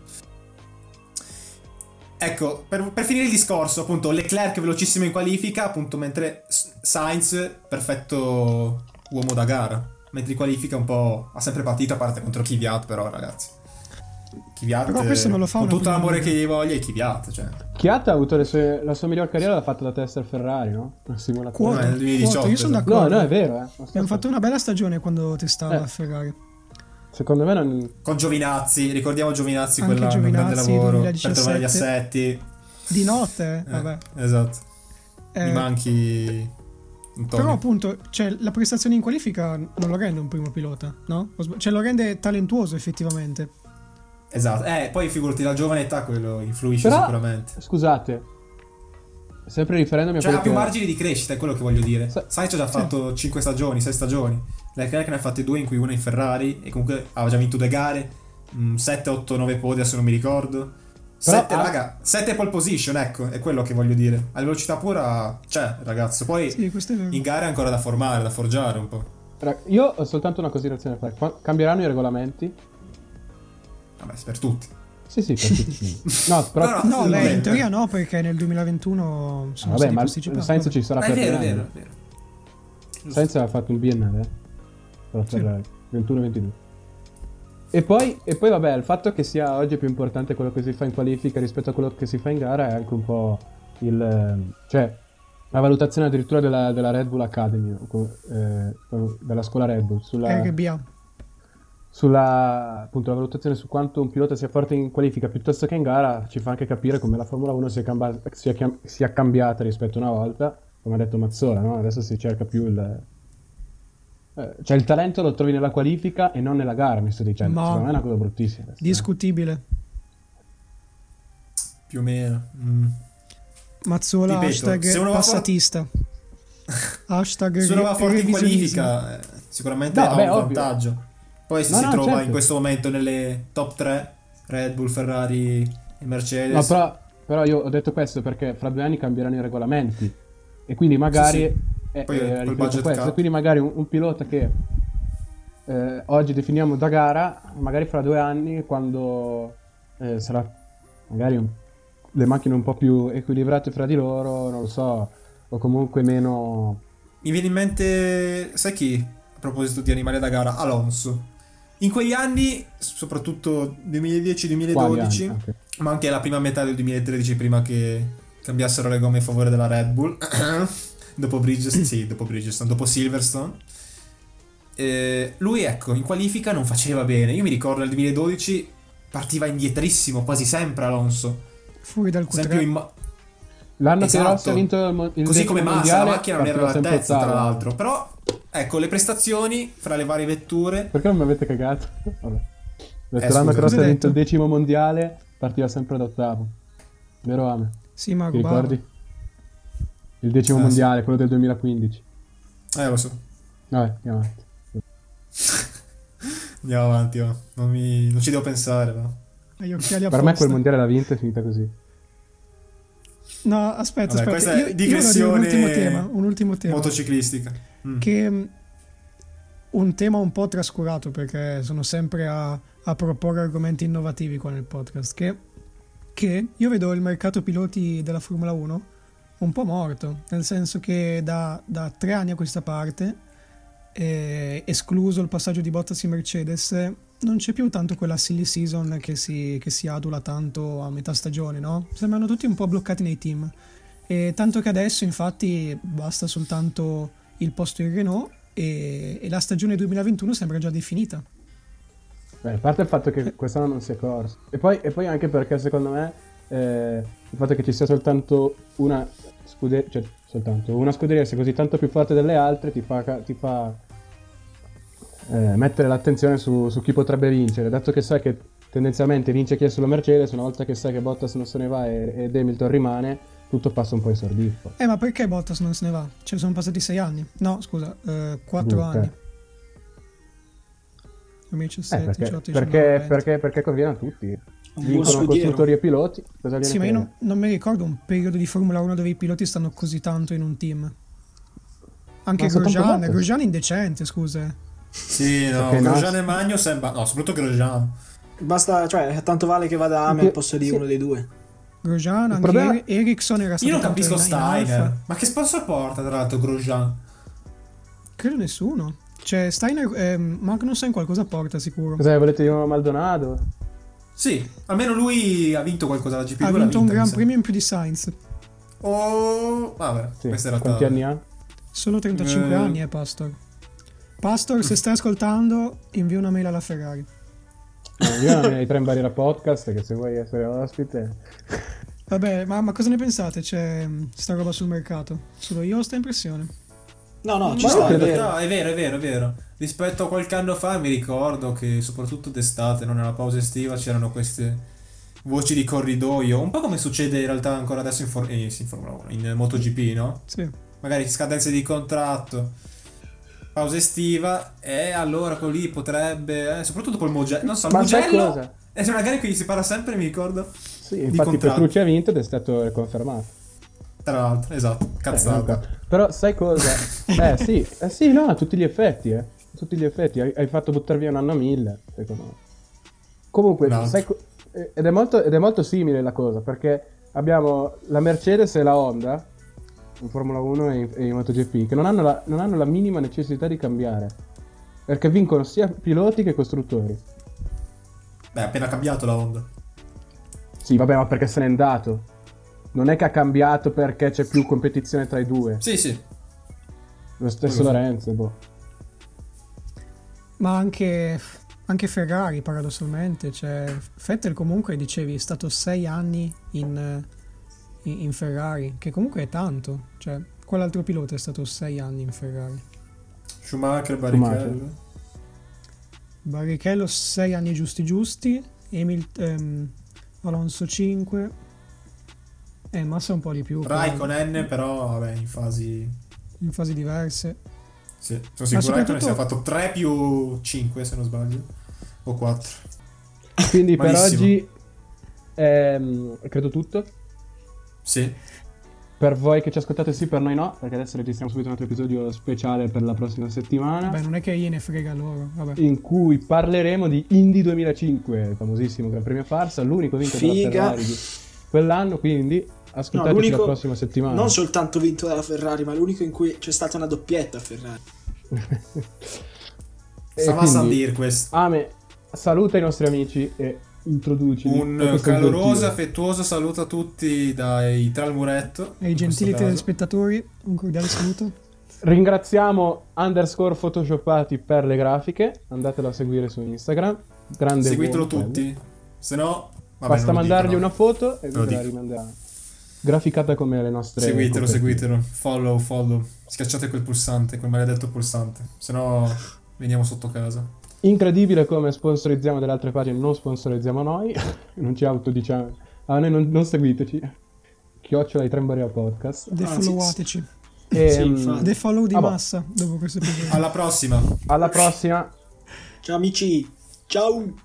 Speaker 6: Ecco, per, per finire il discorso, appunto, Leclerc velocissimo in qualifica, appunto, mentre S- Sainz perfetto uomo da gara, mentre in qualifica un po' ha sempre partito a parte contro Kvyat, però ragazzi. Kvyat
Speaker 2: Però questo non lo fa
Speaker 6: con
Speaker 2: una
Speaker 6: tutto l'amore che
Speaker 2: prima-
Speaker 6: gli voglia è Kvyat, cioè.
Speaker 9: Chiat ha avuto le sue- la sua miglior carriera l'ha fatta da testa al Ferrari, no? Al simulatore.
Speaker 2: Quota,
Speaker 6: nel
Speaker 2: quota,
Speaker 6: 2018,
Speaker 2: io
Speaker 6: esatto.
Speaker 2: sono
Speaker 9: No,
Speaker 2: d'accordo.
Speaker 9: no, è vero, eh.
Speaker 2: Abbiamo fatto una bella stagione quando testava
Speaker 9: Eh.
Speaker 2: a Ferrari.
Speaker 9: Secondo me non...
Speaker 6: Con Giovinazzi, ricordiamo Giovinazzi
Speaker 2: Anche
Speaker 6: quell'anno, un grande
Speaker 2: Giovinazzi,
Speaker 6: lavoro
Speaker 2: 2017.
Speaker 6: per trovare gli assetti.
Speaker 2: Di notte, eh,
Speaker 6: Eh,
Speaker 2: vabbè.
Speaker 6: Esatto.
Speaker 2: Eh,
Speaker 6: Mi manchi
Speaker 2: però
Speaker 6: Antonio.
Speaker 2: appunto, cioè, la prestazione in qualifica non lo rende un primo pilota, no? O sb- Cioè lo rende talentuoso effettivamente.
Speaker 6: Esatto. Eh, poi figurati la giovane età quello influisce
Speaker 9: Però-
Speaker 6: sicuramente.
Speaker 9: Scusate. Sempre riferendomi a
Speaker 6: Cioè, ha
Speaker 9: quello
Speaker 6: più
Speaker 9: che-
Speaker 6: margini di crescita, è quello che voglio dire.
Speaker 9: Sa-
Speaker 6: Sainz ha già fatto 5 stagioni, 6 stagioni. Leclerc ne ha fatte 2 in cui una in Ferrari e comunque aveva già vinto due gare, mm, 7 8 9 podi, adesso non mi ricordo. 7
Speaker 9: ha-
Speaker 6: raga, 7 pole position, ecco, è quello che voglio dire. A velocità pura, cioè, ragazzo, poi
Speaker 2: Sì, questo è vero.
Speaker 6: in gara è ancora da formare, da forgiare un po'.
Speaker 9: Ra- Io ho soltanto una considerazione da fare. Qua- Cambieranno i regolamenti?
Speaker 6: Vabbè, per tutti.
Speaker 9: Sì, sì, per tutti. No,
Speaker 6: No,
Speaker 9: però...
Speaker 2: No, beh, in
Speaker 6: Vabbè.
Speaker 2: teoria no, perché nel 2021
Speaker 9: Ah,
Speaker 2: sono
Speaker 9: vabbè,
Speaker 2: stati
Speaker 9: ma
Speaker 2: posticipati.
Speaker 9: Sainz
Speaker 2: vabbè.
Speaker 9: ci sarà
Speaker 6: Ma
Speaker 9: per
Speaker 6: Ah, è
Speaker 9: tre
Speaker 6: vero, è
Speaker 9: anni.
Speaker 6: vero, è vero.
Speaker 9: Sainz ha fatto un biennale, eh? Però Ferrari, 21-22. E poi, e poi, vabbè, il fatto che sia oggi più importante quello che si fa in qualifica rispetto a quello che si fa in gara è anche un po' il... ehm, cioè, la valutazione addirittura della, della Red Bull Academy, o co- eh, della scuola Red Bull,
Speaker 2: Eh,
Speaker 9: sulla,
Speaker 2: RBA.
Speaker 9: sulla appunto, la valutazione su quanto un pilota sia forte in qualifica piuttosto che in gara ci fa anche capire come la Formula 1 sia, camba- sia chiam- sia cambiata rispetto a una volta, come ha detto Mazzola, no? adesso si cerca più il... eh, Cioè il talento lo trovi nella qualifica e non nella gara, mi sto dicendo.
Speaker 2: Ma-
Speaker 9: Secondo me è una cosa bruttissima. questa, eh.
Speaker 2: Discutibile.
Speaker 6: Più o meno. Mm.
Speaker 2: Mazzola,
Speaker 6: Ripeto, se uno va
Speaker 2: hashtag passatista. hashtag
Speaker 6: Se uno va
Speaker 2: re-
Speaker 6: forte in
Speaker 2: revisionismo.
Speaker 6: qualifica, eh, sicuramente
Speaker 9: No,
Speaker 6: ha
Speaker 9: beh,
Speaker 6: un
Speaker 9: ovvio.
Speaker 6: vantaggio. Poi se
Speaker 9: No,
Speaker 6: si
Speaker 9: no,
Speaker 6: trova
Speaker 9: certo.
Speaker 6: in questo momento nelle top 3, Red Bull, Ferrari e Mercedes.
Speaker 9: No, però, però io ho detto questo perché fra due anni cambieranno i regolamenti e quindi magari...
Speaker 6: Sì,
Speaker 9: eh,
Speaker 6: Poi
Speaker 9: eh,
Speaker 6: col
Speaker 9: ripeto
Speaker 6: budget
Speaker 9: questo,
Speaker 6: cap.
Speaker 9: quindi magari un, un pilota che eh, oggi definiamo da gara, magari fra due anni quando eh, sarà magari un- le macchine un po' più equilibrate fra di loro, non lo so, o comunque meno...
Speaker 6: Mi viene in mente, sai chi? A proposito di animali da gara, Alonso. In quegli anni, soprattutto 2010-2012,
Speaker 9: quali anche.
Speaker 6: ma anche la prima metà del 2013 prima che cambiassero le gomme in favore della Red Bull dopo Bridgestone sì dopo Bridgestone dopo Silverstone Eh, lui ecco in qualifica non faceva bene io mi ricordo nel 2012 partiva indietrissimo quasi sempre Alonso
Speaker 2: Fuori dal
Speaker 6: Sempre più
Speaker 2: Q3.
Speaker 6: in ma-
Speaker 9: L'anno
Speaker 6: Esatto.
Speaker 9: che Rossi ha vinto il, mo- il
Speaker 6: così
Speaker 9: decimo
Speaker 6: come Massa la
Speaker 9: mondiale,
Speaker 6: macchina non era
Speaker 9: partiva sempre
Speaker 6: all'altezza tra
Speaker 9: ottavo.
Speaker 6: l'altro però ecco le prestazioni fra le varie vetture
Speaker 9: Perché non mi avete cagato? Vabbè. Detto,
Speaker 6: Eh,
Speaker 9: l'anno
Speaker 6: scusa.
Speaker 9: che Rossi
Speaker 2: Cosa
Speaker 9: ha
Speaker 2: hai
Speaker 9: vinto
Speaker 2: detto?
Speaker 9: il decimo mondiale, partiva sempre da ottavo. Vero Ame?
Speaker 2: Sì, ma
Speaker 9: Ti
Speaker 2: Ah, guarda.
Speaker 9: ricordi? Il decimo
Speaker 6: Eh, sì.
Speaker 9: mondiale, quello del 2015.
Speaker 6: eh lo so
Speaker 9: Vabbè, andiamo avanti.
Speaker 6: andiamo avanti va. non, mi- non ci devo pensare va.
Speaker 2: Hai gli occhiali
Speaker 9: Per me
Speaker 2: apposta.
Speaker 9: quel mondiale l'ha vinto e è finita così.
Speaker 2: No, aspetta,
Speaker 6: Vabbè, questa
Speaker 2: aspetta.
Speaker 6: è
Speaker 2: Io, io volevo dire un
Speaker 6: digressione
Speaker 2: ultimo tema. Un ultimo tema.
Speaker 6: motociclistica Mm.
Speaker 2: che mh, un tema un po' trascurato perché sono sempre a, a proporre argomenti innovativi qua nel podcast che, che io vedo il mercato piloti della Formula 1 un po' morto nel senso che da, da tre anni a questa parte eh, escluso il passaggio di Bottas in Mercedes non c'è più tanto quella silly season che si, che si adula tanto a metà stagione no? sembrano tutti un po' bloccati nei team e tanto che adesso infatti basta soltanto il posto in Renault e, e la stagione 2021 sembra già definita.
Speaker 9: Beh, a parte il fatto che quest'anno non si è corso. E poi, e poi anche perché secondo me eh, il fatto che ci sia soltanto una scuderia, cioè soltanto una scuderia sia così tanto più forte delle altre ti fa, ca- ti fa, eh, mettere l'attenzione su, su chi potrebbe vincere, dato che sai che tendenzialmente vince chi è sulla Mercedes, una volta che sai che Bottas non se ne va e- ed Hamilton rimane, tutto passa un po' in sordiffo.
Speaker 2: Eh, ma perché Bottas non se ne va? Cioè, sono passati sei anni. No, scusa, eh, quattro
Speaker 9: Dunque.
Speaker 2: anni. 2017,
Speaker 9: Eh, perché,
Speaker 2: 18, 19,
Speaker 9: perché,
Speaker 2: 20.
Speaker 9: perché, perché conviene a tutti.
Speaker 7: Un buon
Speaker 9: Vincono
Speaker 7: scudiero.
Speaker 9: costruttori e piloti. Cosa gliene
Speaker 2: Sì, ma io
Speaker 9: frega?
Speaker 2: non, non mi ricordo un periodo di Formula 1 dove i piloti stanno così tanto in un team. Anche
Speaker 9: Ma soltanto
Speaker 2: Grosjean,
Speaker 9: Bottas.
Speaker 2: Grosjean è indecente, scusa. eh.
Speaker 6: Sì, no,
Speaker 9: Perché
Speaker 6: Grosjean
Speaker 9: no?
Speaker 6: e Magno sembra... No, soprattutto Grosjean.
Speaker 7: Basta, cioè, tanto vale che vada Ame al posto di
Speaker 9: Sì.
Speaker 7: uno dei due.
Speaker 2: Grosjean, anche
Speaker 9: problema-
Speaker 2: Eri- Ericsson era stato
Speaker 6: Io non
Speaker 2: tanto
Speaker 6: capisco
Speaker 2: in- in Alfa.
Speaker 6: Steiner. Ma che sponsor porta, tra l'altro, Grosjean?
Speaker 2: Credo nessuno. Cioè, Steiner, ehm, Magnussen qualcosa porta sicuro.
Speaker 9: Cos'è, volete di nuovo Maldonado?
Speaker 6: Sì, almeno lui ha vinto qualcosa alla GP2.
Speaker 2: Ha
Speaker 6: l'ha
Speaker 2: vinto un
Speaker 6: vinta,
Speaker 2: gran
Speaker 6: mi sa.
Speaker 2: premio in più di Sainz.
Speaker 6: Oh, vabbè,
Speaker 9: Sì.
Speaker 6: questa era
Speaker 9: Quanti anni ha?
Speaker 2: Solo 35
Speaker 6: Eh.
Speaker 2: anni, eh, Pastor. Pastor, se stai ascoltando, invia una mail alla Ferrari.
Speaker 9: Eh, Io non i tre in barriera podcast, che se vuoi essere ospite...
Speaker 2: Vabbè, ma, ma cosa ne pensate? C'è mh, sta roba sul mercato? Solo io ho sta impressione.
Speaker 7: No, no, ci
Speaker 6: Ma
Speaker 7: sta,
Speaker 6: no,
Speaker 7: è
Speaker 6: in
Speaker 7: vero.
Speaker 6: realtà è vero, è vero, è vero. Rispetto a qualche anno fa mi ricordo che soprattutto d'estate, non nella pausa estiva, c'erano queste voci di corridoio, un po' come succede in realtà ancora adesso in, for- eh, sì, in Formula 1, in MotoGP, no?
Speaker 2: Sì.
Speaker 6: Magari scadenze di contratto, pausa estiva e allora quello lì potrebbe, eh, soprattutto col Mugello, non so, il
Speaker 9: Ma sai
Speaker 6: Mugello
Speaker 9: cosa?
Speaker 6: è una gara in cui si parla sempre, mi ricordo,
Speaker 9: Sì, infatti
Speaker 6: contratto.
Speaker 9: Petrucci ha vinto ed è stato confermato.
Speaker 6: tra l'altro, esatto,
Speaker 9: Eh,
Speaker 6: cazzata.
Speaker 9: Però sai cosa? Eh sì, eh sì, no, a tutti gli effetti, eh. A tutti gli effetti. Hai, hai fatto buttare via un anno a mille, secondo me. Comunque,
Speaker 6: No.
Speaker 9: sai co- eh, ed, è molto, ed è molto simile la cosa, perché abbiamo la Mercedes e la Honda, in Formula 1 e in, e in MotoGP, che non hanno, la, non hanno la minima necessità di cambiare. Perché vincono sia piloti che costruttori.
Speaker 6: Beh, ha appena cambiato la Honda.
Speaker 9: Sì, vabbè, ma perché se n'è andato. Non è che ha cambiato perché c'è più competizione tra i due.
Speaker 6: Sì, sì.
Speaker 9: Lo stesso Lorenzo, boh.
Speaker 2: Ma anche, anche Ferrari, paradossalmente. Cioè, Vettel comunque, dicevi, è stato 6 anni in, eh, in- in Ferrari, che comunque è tanto. Cioè, quell'altro pilota è stato 6 anni in Ferrari.
Speaker 6: Schumacher, Barrichello.
Speaker 9: Schumacher.
Speaker 2: Barrichello 6 anni giusti giusti, Emil, ehm, Alonso 5, eh, Massa un po' di più, però
Speaker 6: Raikkonen però vabbè in fasi
Speaker 2: in fasi diverse.
Speaker 6: sì, sono sicuro che Raikkonen
Speaker 2: soprattutto-
Speaker 6: si è fatto 3 più 5 se non sbaglio o 4
Speaker 9: Quindi per
Speaker 6: Malissimo.
Speaker 9: oggi ehm, credo tutto.
Speaker 6: sì
Speaker 9: Per voi che ci ascoltate sì, per noi no, perché adesso registriamo subito un altro episodio speciale per la prossima settimana
Speaker 2: Beh, non è che gliene frega loro, vabbè.
Speaker 9: in cui parleremo di Indy 2005, il famosissimo Gran Premio Farsa, l'unico vinto della
Speaker 7: Figa.
Speaker 9: Ferrari di quell'anno, quindi
Speaker 7: No,
Speaker 9: ascoltateci la
Speaker 7: l'unico,
Speaker 9: prossima settimana.
Speaker 7: non soltanto vinto dalla Ferrari, ma l'unico in cui c'è stata una doppietta a Ferrari.
Speaker 9: E
Speaker 6: stava a
Speaker 9: quindi,
Speaker 6: dire questo
Speaker 9: Ame, saluta i nostri amici e introduci
Speaker 6: un caloroso affettuoso saluto a tutti dai tre al muretto
Speaker 2: E i
Speaker 6: in questo
Speaker 2: gentili
Speaker 6: caso.
Speaker 2: telespettatori, un cordiale saluto.
Speaker 9: Ringraziamo underscore photoshoppati per le grafiche, andatelo a seguire su Instagram. Grande
Speaker 6: seguitelo
Speaker 9: buon Fred.
Speaker 6: tutti se no vabbè,
Speaker 9: Basta
Speaker 6: non lo dico,
Speaker 9: mandargli
Speaker 6: no.
Speaker 9: una foto e
Speaker 6: Ve lo
Speaker 9: lui te la
Speaker 6: dico.
Speaker 9: rimanderà. Graficata come le nostre.
Speaker 6: seguitelo
Speaker 9: copertine.
Speaker 6: seguitelo follow follow schiacciate quel pulsante quel maledetto pulsante se no veniamo sotto casa
Speaker 9: Incredibile come sponsorizziamo delle altre pagine, non sponsorizziamo noi, non ci autodiciamo. A noi non, non seguiteci. Chiocciola i tre in barriera podcast.
Speaker 2: Defollowateci.
Speaker 9: E,
Speaker 7: Sì,
Speaker 9: mm,
Speaker 7: infatti.
Speaker 2: Defollow di
Speaker 9: Ah, boh.
Speaker 2: Massa dopo questo episodio.
Speaker 6: alla prossima
Speaker 9: alla prossima.
Speaker 7: Ciao amici, ciao!